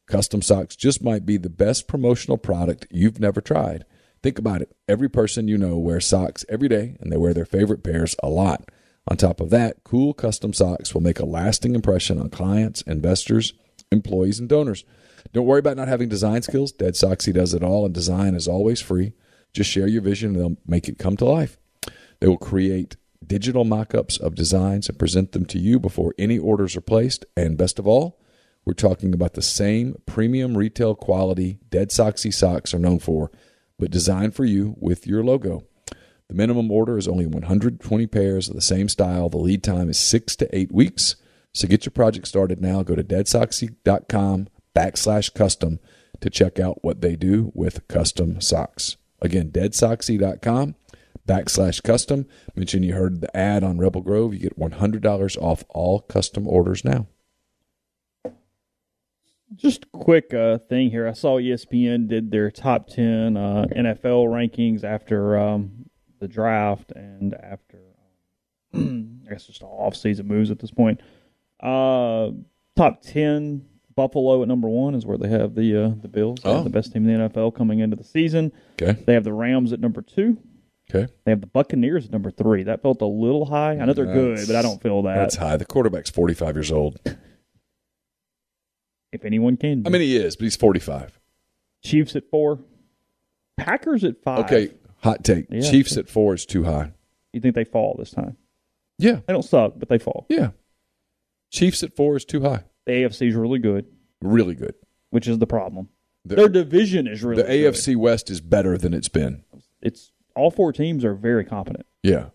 Speaker 2: Custom socks just might be the best promotional product you've never tried. Think about it. Every person you know wears socks every day and they wear their favorite pairs a lot. On top of that, cool custom socks will make a lasting impression on clients, investors, employees, and donors. Don't worry about not having design skills. Dead Soxy does it all, and design is always free. Just share your vision and they'll make it come to life. They will create digital mock ups of designs and present them to you before any orders are placed. And best of all, we're talking about the same premium retail quality Dead Soxy socks are known for, but designed for you with your logo. The minimum order is only 120 pairs of the same style. The lead time is six to eight weeks. So get your project started now. Go to deadsoxy.com backslash custom to check out what they do with custom socks. Again, deadsoxy.com backslash custom. Mention you heard the ad on Rebel Grove. You get $100 off all custom orders now.
Speaker 1: Just a quick uh, thing here. I saw ESPN did their top 10 uh, NFL rankings after um, the draft and after, um, I guess, just all off-season moves at this point. Uh, top 10, Buffalo at number one is where they have the uh, the Bills. They have
Speaker 2: Oh.
Speaker 1: the best team in the NFL coming into the season.
Speaker 2: Okay.
Speaker 1: They have the Rams at number two.
Speaker 2: Okay.
Speaker 1: They have the Buccaneers at number three. That felt a little high. I know they're good, but I don't feel that.
Speaker 2: That's high. The quarterback's 45 years old.
Speaker 1: If anyone can,
Speaker 2: I mean, he is, but he's 45.
Speaker 1: Chiefs at four, Packers at five.
Speaker 2: Okay. Hot take.
Speaker 1: Yeah.
Speaker 2: Chiefs at four is too high.
Speaker 1: you think they fall this time?
Speaker 2: Yeah.
Speaker 1: They don't suck, but they fall.
Speaker 2: Yeah. Chiefs at four is too high.
Speaker 1: The AFC is really good,
Speaker 2: Really good.
Speaker 1: which is the problem.
Speaker 2: The,
Speaker 1: Their division is really
Speaker 2: the AFC West is better than it's been.
Speaker 1: good. It's all four teams are very competent.
Speaker 2: Yeah.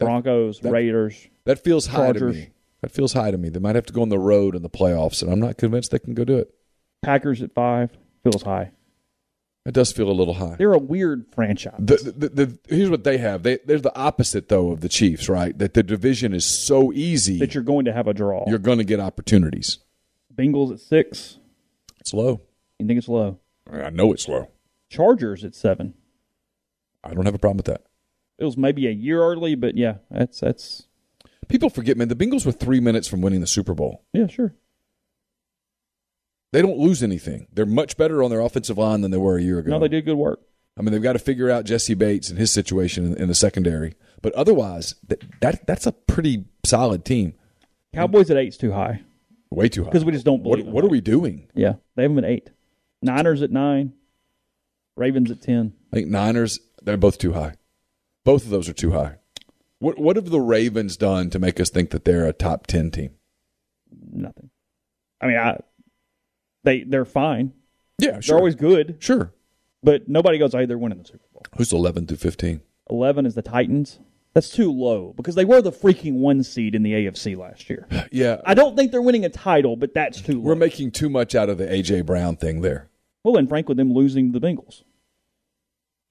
Speaker 2: That-
Speaker 1: Broncos,
Speaker 2: that-
Speaker 1: Raiders.
Speaker 2: That feels high
Speaker 1: Chargers.
Speaker 2: to me. That feels high to me. They might have to go on the road in the playoffs, and I'm not convinced they can go do it.
Speaker 1: Packers at five feels high.
Speaker 2: It does feel a little high.
Speaker 1: They're a weird franchise.
Speaker 2: The, the, the, here's what they have. They, they're the opposite, though, of the Chiefs, right? That the division is so easy,
Speaker 1: that you're going to have a draw.
Speaker 2: you're going to get opportunities.
Speaker 1: Bengals at six.
Speaker 2: It's low.
Speaker 1: You think it's low?
Speaker 2: I know it's low.
Speaker 1: Chargers at seven.
Speaker 2: I don't have a problem with that.
Speaker 1: It was maybe a year early, but yeah, that's that's
Speaker 2: People forget, man, the Bengals were three minutes from winning the Super Bowl.
Speaker 1: yeah, sure.
Speaker 2: They don't lose anything. They're much better on their offensive line than they were a year ago.
Speaker 1: No, they did good work.
Speaker 2: I mean, they've got to figure out Jesse Bates and his situation in, in the secondary. But otherwise, that, that that's a pretty solid team.
Speaker 1: Cowboys at eight's too high.
Speaker 2: Way too high.
Speaker 1: 'Cause we just don't
Speaker 2: What,
Speaker 1: believe in
Speaker 2: what are
Speaker 1: them.
Speaker 2: we doing?
Speaker 1: Yeah, they have them at eight. Niners at nine. Ravens at ten.
Speaker 2: I think Niners. They're both too high. Both of those are too high. What What have the Ravens done to make us think that they're a top ten team?
Speaker 1: Nothing. I mean, I they they're fine.
Speaker 2: Yeah,
Speaker 1: They're always good,
Speaker 2: sure.
Speaker 1: but nobody goes. Hey, they're winning the Super Bowl.
Speaker 2: Who's eleven through fifteen?
Speaker 1: Eleven is the Titans. That's too low because they were the freaking one seed in the AFC last year.
Speaker 2: Yeah,
Speaker 1: I don't think they're winning a title, but that's too low.
Speaker 2: we're making too much out of the AJ Brown thing there.
Speaker 1: well, and Frank with them losing the Bengals.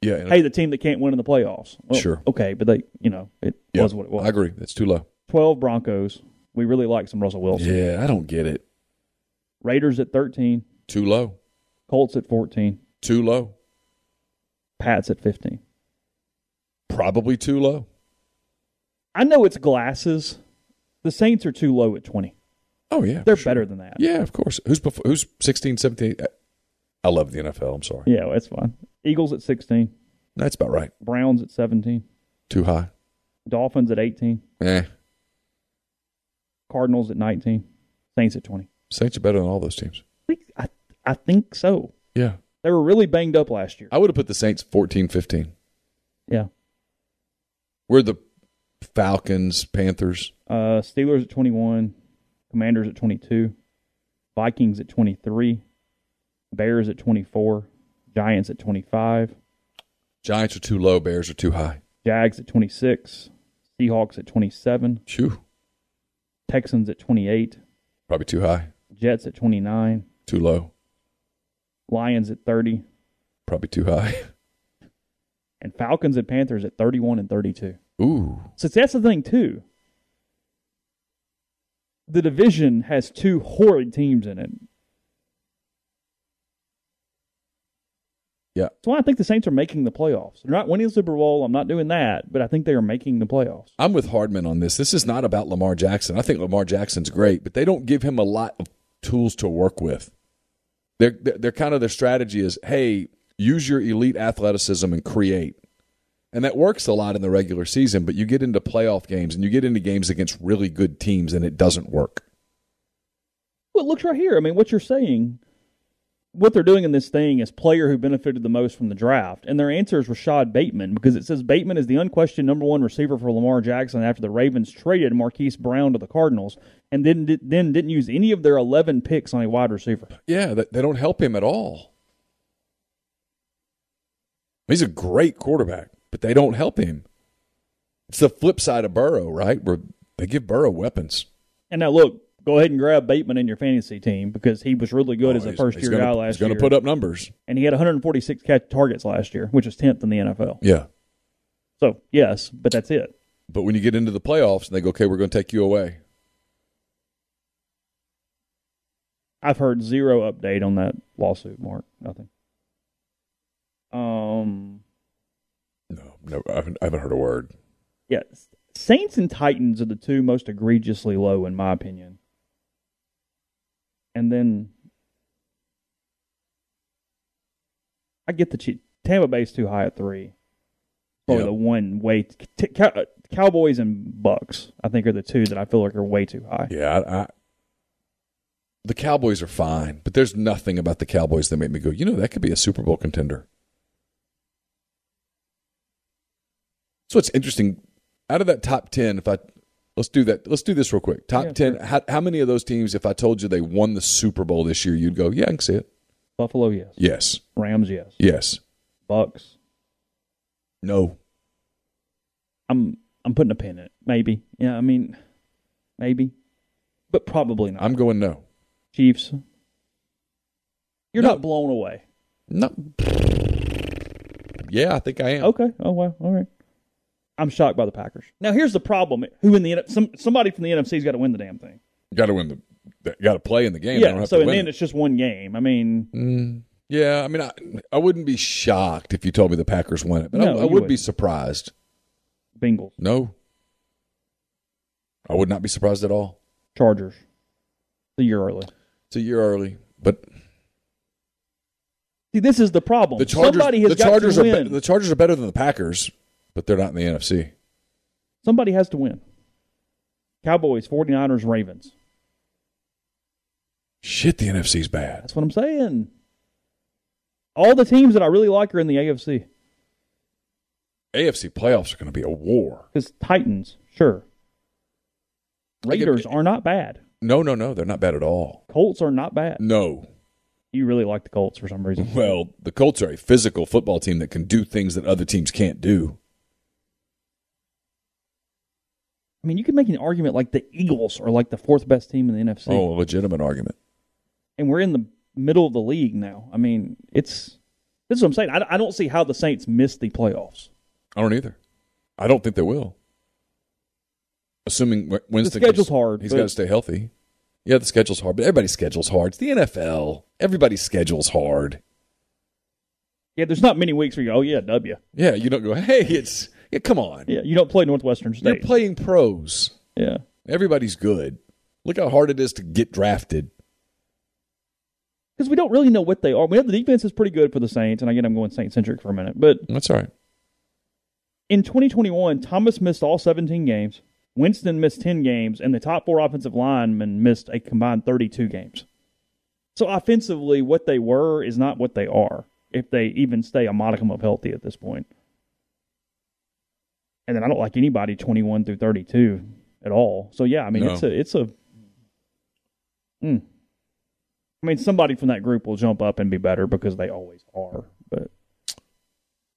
Speaker 2: Yeah, and-
Speaker 1: Hey, the team that can't win in the playoffs. Well,
Speaker 2: Sure.
Speaker 1: Okay, but they, you know, it
Speaker 2: yeah,
Speaker 1: was what it was.
Speaker 2: I agree. That's too low.
Speaker 1: 12 Broncos. We really like some Russell Wilson.
Speaker 2: Yeah, I don't get it.
Speaker 1: Raiders at 13,
Speaker 2: Too low.
Speaker 1: Colts at 14,
Speaker 2: Too low.
Speaker 1: Pats at 15.
Speaker 2: Probably too low.
Speaker 1: I know it's glasses. The Saints are too low at 20.
Speaker 2: Oh yeah,
Speaker 1: They're
Speaker 2: sure.
Speaker 1: better than that.
Speaker 2: Yeah, of course. Who's before, who's 16, 17? I- I love the NFL. I'm sorry.
Speaker 1: Yeah, well, that's fine. Eagles at 16,
Speaker 2: That's about right.
Speaker 1: Browns at 17,
Speaker 2: Too high.
Speaker 1: Dolphins at 18,
Speaker 2: Eh.
Speaker 1: Cardinals at 19, Saints at 20.
Speaker 2: Saints are better than all those teams.
Speaker 1: I think, I, I think so.
Speaker 2: Yeah.
Speaker 1: They were really banged up last year.
Speaker 2: I would have put the Saints 14, 15.
Speaker 1: Yeah.
Speaker 2: We're the Falcons, Panthers.
Speaker 1: Uh, Steelers at 21, Commanders at 22, Vikings at 23, Bears at 24, Giants at 25,
Speaker 2: Giants are too low. Bears are too high.
Speaker 1: Jags at 26, Seahawks at 27,
Speaker 2: Phew.
Speaker 1: Texans at 28,
Speaker 2: Probably too high.
Speaker 1: Jets at 29,
Speaker 2: Too low.
Speaker 1: Lions at 30,
Speaker 2: Probably too high.
Speaker 1: and Falcons and Panthers at 31 and 32.
Speaker 2: Ooh.
Speaker 1: So that's the thing, too. The division has two horrid teams in it.
Speaker 2: Yeah.
Speaker 1: That's why I think the Saints are making the playoffs. They're not winning the Super Bowl. I'm not doing that, but I think they are making the playoffs.
Speaker 2: I'm with Hardman on this. This is not about Lamar Jackson. I think Lamar Jackson's great, but they don't give him a lot of tools to work with. They're, they're, they're kind of their strategy is hey, use your elite athleticism and create. And that works a lot in the regular season, but you get into playoff games and you get into games against really good teams and it doesn't work.
Speaker 1: Well, it looks right here. I mean, what you're saying, what they're doing in this thing is player who benefited the most from the draft, and their answer is Rashad Bateman because it says Bateman is the unquestioned number one receiver for Lamar Jackson after the Ravens traded Marquise Brown to the Cardinals and then did, then didn't use any of their 11 picks on a wide receiver.
Speaker 2: Yeah, they, they don't help him at all. He's a great quarterback, but they don't help him. It's the flip side of Burrow, right? Where they give Burrow weapons.
Speaker 1: And now look, go ahead and grab Bateman in your fantasy team because he was really good as a first year
Speaker 2: gonna,
Speaker 1: guy last
Speaker 2: Oh, He's going
Speaker 1: year,
Speaker 2: to put up numbers.
Speaker 1: and he had 146 catch targets last year, which was 10th in the NFL.
Speaker 2: Yeah.
Speaker 1: So yes, but that's it.
Speaker 2: But when you get into the playoffs and they go, okay, we're going to take you away.
Speaker 1: I've heard zero update on that lawsuit, Mark. Nothing. Um,
Speaker 2: No, no, I haven't, I haven't heard a word.
Speaker 1: yeah, S- Saints and Titans are the two most egregiously low, in my opinion. And then I get the Chief- Tampa Bay's too high at three. Or
Speaker 2: Yep.
Speaker 1: the one way t- cow, uh, Cowboys and Bucks, I think, are the two that I feel like are way too high.
Speaker 2: Yeah. I, I, the Cowboys are fine, but there's nothing about the Cowboys that made me go, you know, that could be a Super Bowl contender. So it's interesting. Out of that top 10, if I. Let's do that. Let's do this real quick. Top
Speaker 1: Yeah,
Speaker 2: 10.
Speaker 1: sure.
Speaker 2: How, how many of those teams, if I told you they won the Super Bowl this year, you'd go, yeah, I can see it?
Speaker 1: Buffalo, yes.
Speaker 2: Yes.
Speaker 1: Rams, yes.
Speaker 2: Yes.
Speaker 1: Bucks,
Speaker 2: No.
Speaker 1: I'm I'm putting a pin in it. Maybe. Yeah, I mean maybe. But probably not.
Speaker 2: I'm going no.
Speaker 1: Chiefs. You're
Speaker 2: No.
Speaker 1: not blown away.
Speaker 2: No. Yeah, I think I am.
Speaker 1: Okay. Oh wow. All right. I'm shocked by the Packers. Now here's the problem. Who in the N- some somebody from the NFC's got to win the damn thing.
Speaker 2: Got to win the. Got to play in the game. They don't
Speaker 1: yeah.
Speaker 2: have
Speaker 1: So
Speaker 2: to
Speaker 1: and
Speaker 2: win
Speaker 1: then
Speaker 2: it.
Speaker 1: it's just one game. I mean,
Speaker 2: Mm, yeah, I mean, I, I wouldn't be shocked if you told me the Packers win it, but
Speaker 1: No,
Speaker 2: I, I
Speaker 1: you
Speaker 2: would be
Speaker 1: wouldn't.
Speaker 2: surprised.
Speaker 1: Bengals,
Speaker 2: No, I would not be surprised at all.
Speaker 1: Chargers. The year early.
Speaker 2: It's a year early, but
Speaker 1: See, this is the problem.
Speaker 2: The Chargers,
Speaker 1: Somebody has
Speaker 2: the
Speaker 1: got
Speaker 2: Chargers
Speaker 1: to
Speaker 2: are
Speaker 1: win.
Speaker 2: be- the Chargers are better than the Packers, but they're not in the NFC.
Speaker 1: Somebody has to win. Cowboys, 49ers, Ravens.
Speaker 2: Shit, the NFC's bad.
Speaker 1: That's what I'm saying. All the teams that I really like are in the AFC.
Speaker 2: AFC playoffs are going to be a war.
Speaker 1: Because Titans, sure.
Speaker 2: Like, if-
Speaker 1: Raiders are not bad.
Speaker 2: No, no, no, they're not bad at all.
Speaker 1: Colts are not bad.
Speaker 2: No.
Speaker 1: You really like the Colts for some reason.
Speaker 2: Mm. Well, the Colts are a physical football team that can do things that other teams can't do.
Speaker 1: I mean, you could make an argument like the Eagles are like the fourth best team in the NFC.
Speaker 2: Oh, a legitimate argument.
Speaker 1: and we're in the middle of the league now. I mean, it's this is what I'm saying. I, I don't see how the Saints missed the playoffs.
Speaker 2: I don't either. I don't think they will. Assuming Wi- Winston,
Speaker 1: schedule's
Speaker 2: can-
Speaker 1: hard,
Speaker 2: He's
Speaker 1: but-
Speaker 2: got to stay healthy. Yeah, the schedule's hard, but everybody's schedule's hard. It's the NFL. Everybody's schedule's hard.
Speaker 1: Yeah, there's not many weeks where you go, oh yeah, W.
Speaker 2: Yeah, you don't go. Hey, it's yeah. Come on,
Speaker 1: Yeah, you don't play Northwestern
Speaker 2: you're
Speaker 1: State.
Speaker 2: playing pros.
Speaker 1: yeah,
Speaker 2: Everybody's good. Look how hard it is to get drafted.
Speaker 1: because we don't really know what they are. We know the defense is pretty good for the Saints, and I get I'm going Saint centric for a minute, but
Speaker 2: That's all right.
Speaker 1: in 2021, Thomas missed all 17 games. Winston missed 10 games, and the top four offensive linemen missed a combined 32 games. So offensively, what they were is not what they are. If they even stay a modicum of healthy at this point, and then I don't like anybody 21 through 32 at all. So yeah, I mean
Speaker 2: No.
Speaker 1: it's a it's a. Hmm. I mean, somebody from that group will jump up and be better because they always are. But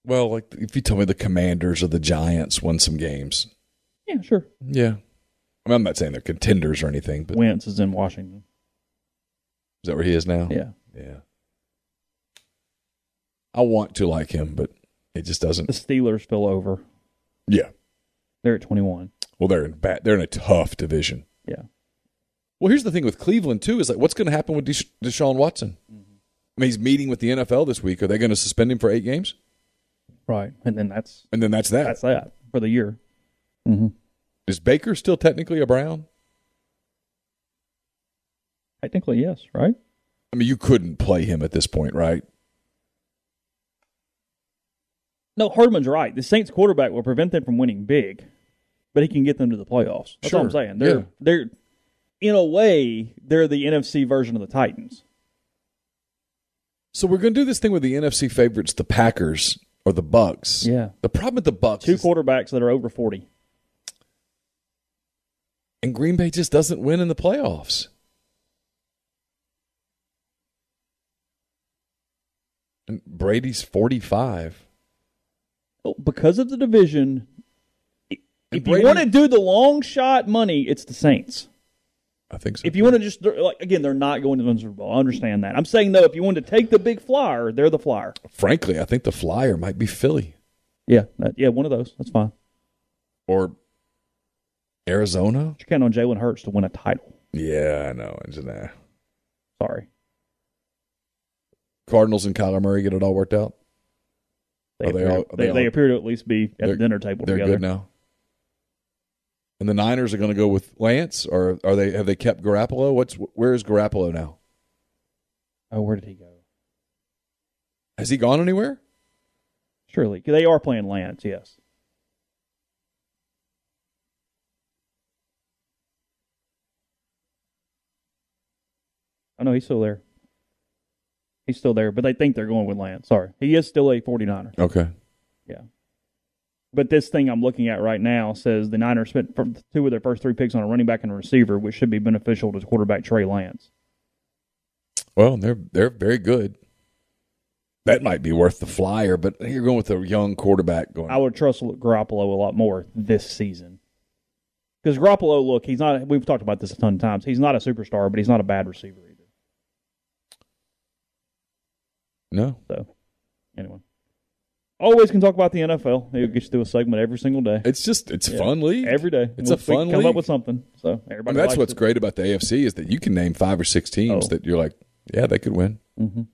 Speaker 2: Well, like if you tell me the Commanders or the Giants won some games,
Speaker 1: yeah, sure.
Speaker 2: yeah. I mean, I'm not saying they're contenders or anything, but is
Speaker 1: Wentz is in Washington.
Speaker 2: that where he is now?
Speaker 1: Yeah.
Speaker 2: Yeah. I want to like him, but it just
Speaker 1: The
Speaker 2: doesn't.
Speaker 1: Steelers fell over.
Speaker 2: Yeah.
Speaker 1: They're at 21.
Speaker 2: Well, they're in bad. They're in a tough division.
Speaker 1: Yeah.
Speaker 2: Well, here's the thing with Cleveland too is like, what's going to happen with Desha- Deshaun Watson?
Speaker 1: Mm-hmm.
Speaker 2: I mean, he's meeting with the NFL this week. Are they going to suspend him for eight games?
Speaker 1: Right. And then that's
Speaker 2: And then that's that.
Speaker 1: that's that for the year.
Speaker 2: Mm-hmm. Is Baker still technically a Brown?
Speaker 1: Technically, yes, right?
Speaker 2: I mean, you couldn't play him at this point, right?
Speaker 1: No, Hardman's right. The Saints quarterback will prevent them from winning big, but he can get them to the playoffs. That's all I'm
Speaker 2: Sure.
Speaker 1: saying. They're
Speaker 2: Yeah.
Speaker 1: they're in a way, they're the NFC version of the Titans.
Speaker 2: So we're going to do this thing with the NFC favorites, the Packers or the Bucks.
Speaker 1: Yeah.
Speaker 2: The problem with the Bucks
Speaker 1: Two
Speaker 2: is,
Speaker 1: quarterbacks that are over forty.
Speaker 2: and Green Bay just doesn't win in the playoffs. And Brady's 45.
Speaker 1: Oh, because of the division, i-
Speaker 2: And
Speaker 1: if
Speaker 2: Brady-
Speaker 1: you want to do the long shot money, it's the Saints.
Speaker 2: I think so.
Speaker 1: If you want to just they're- like again, they're not going to the Super Bowl. I understand that. I'm saying though, if you want to take the big flyer, they're the flyer.
Speaker 2: Frankly, I think the flyer might be Philly
Speaker 1: Yeah, that, yeah, one of those. That's fine.
Speaker 2: or Arizona.
Speaker 1: But you count on Jalen Hurts to win a title.
Speaker 2: Yeah, I know. It's, eh. nah.
Speaker 1: Sorry.
Speaker 2: Cardinals and Kyler Murray get it all worked out.
Speaker 1: They,
Speaker 2: Are Oh, they
Speaker 1: appear,
Speaker 2: all- are
Speaker 1: they,
Speaker 2: they
Speaker 1: they
Speaker 2: all-
Speaker 1: appear to at least be at
Speaker 2: They're-
Speaker 1: the dinner table
Speaker 2: They're
Speaker 1: together.
Speaker 2: good now. And the Niners are going to go with Lance, or are they? Have they kept Garoppolo? What's where is Garoppolo now?
Speaker 1: Oh, where did he go?
Speaker 2: Has he gone anywhere?
Speaker 1: Surely. 'Cause They are playing Lance, yes. Oh, no, he's still there. He's still there, but they think they're going with Lance. Sorry. He is still a 49er.
Speaker 2: Okay.
Speaker 1: Yeah. But this thing I'm looking at right now says the Niners spent fir- two of their first three picks on a running back and a receiver, which should be beneficial to quarterback Trey Lance.
Speaker 2: Well, they're they're very good. That might be worth the flyer, but you're going with a young quarterback going.
Speaker 1: I would trust Garoppolo a lot more this season. Because Garoppolo, look, he's not. We've talked about this a ton of times. He's not a superstar, but he's not a bad receiver either.
Speaker 2: no,
Speaker 1: So, anyway, always can talk about the NFL. It gets through a segment every single day,
Speaker 2: it's just it's fun league
Speaker 1: every day.
Speaker 2: It's
Speaker 1: We-
Speaker 2: a fun
Speaker 1: we Come
Speaker 2: league.
Speaker 1: up with something. So
Speaker 2: I mean,
Speaker 1: everybody.
Speaker 2: that's
Speaker 1: likes
Speaker 2: what's
Speaker 1: it.
Speaker 2: great about the AFC is that you can name five or six teams
Speaker 1: Oh.
Speaker 2: that you're like, yeah, they could win.
Speaker 1: Mhm.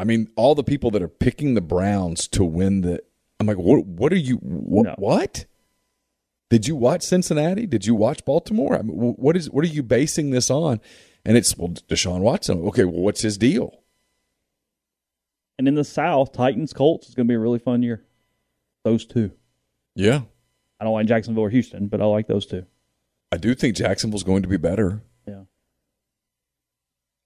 Speaker 2: I mean, all the people that are picking the Browns to win the, I'm like, what? What are you? What?
Speaker 1: No.
Speaker 2: what? Did you watch Cincinnati? Did you watch Baltimore? I mean, wh- what is? What are you basing this on? And it's well, Deshaun Watson. Okay, well, what's his deal?
Speaker 1: And in the South, Titans Colts is going to be a really fun year. Those two.
Speaker 2: Yeah.
Speaker 1: I don't like Jacksonville or Houston, but I like those two.
Speaker 2: I do think Jacksonville's going to be better.
Speaker 1: Yeah.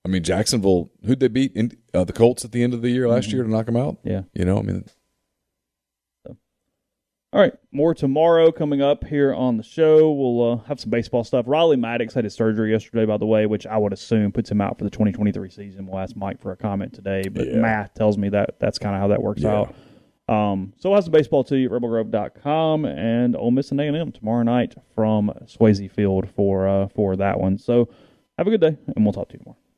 Speaker 2: I mean, Jacksonville, who'd they beat? In, uh, the Colts at the end of the year last year to knock them out?
Speaker 1: Yeah.
Speaker 2: You know, I mean,
Speaker 1: All right, more tomorrow coming up here on the show. We'll uh, have some baseball stuff. Riley Maddox had his surgery yesterday, by the way, which I would assume puts him out for the 2023 season. We'll ask Mike for a comment today, but
Speaker 2: Yeah.
Speaker 1: math tells me that that's kind of how that works
Speaker 2: Yeah.
Speaker 1: out. Um, so we'll have some baseball to you at rebelgrove.com and Ole Miss and A&M tomorrow night from Swayze Field for uh, for that one. So have a good day, and we'll talk to you tomorrow.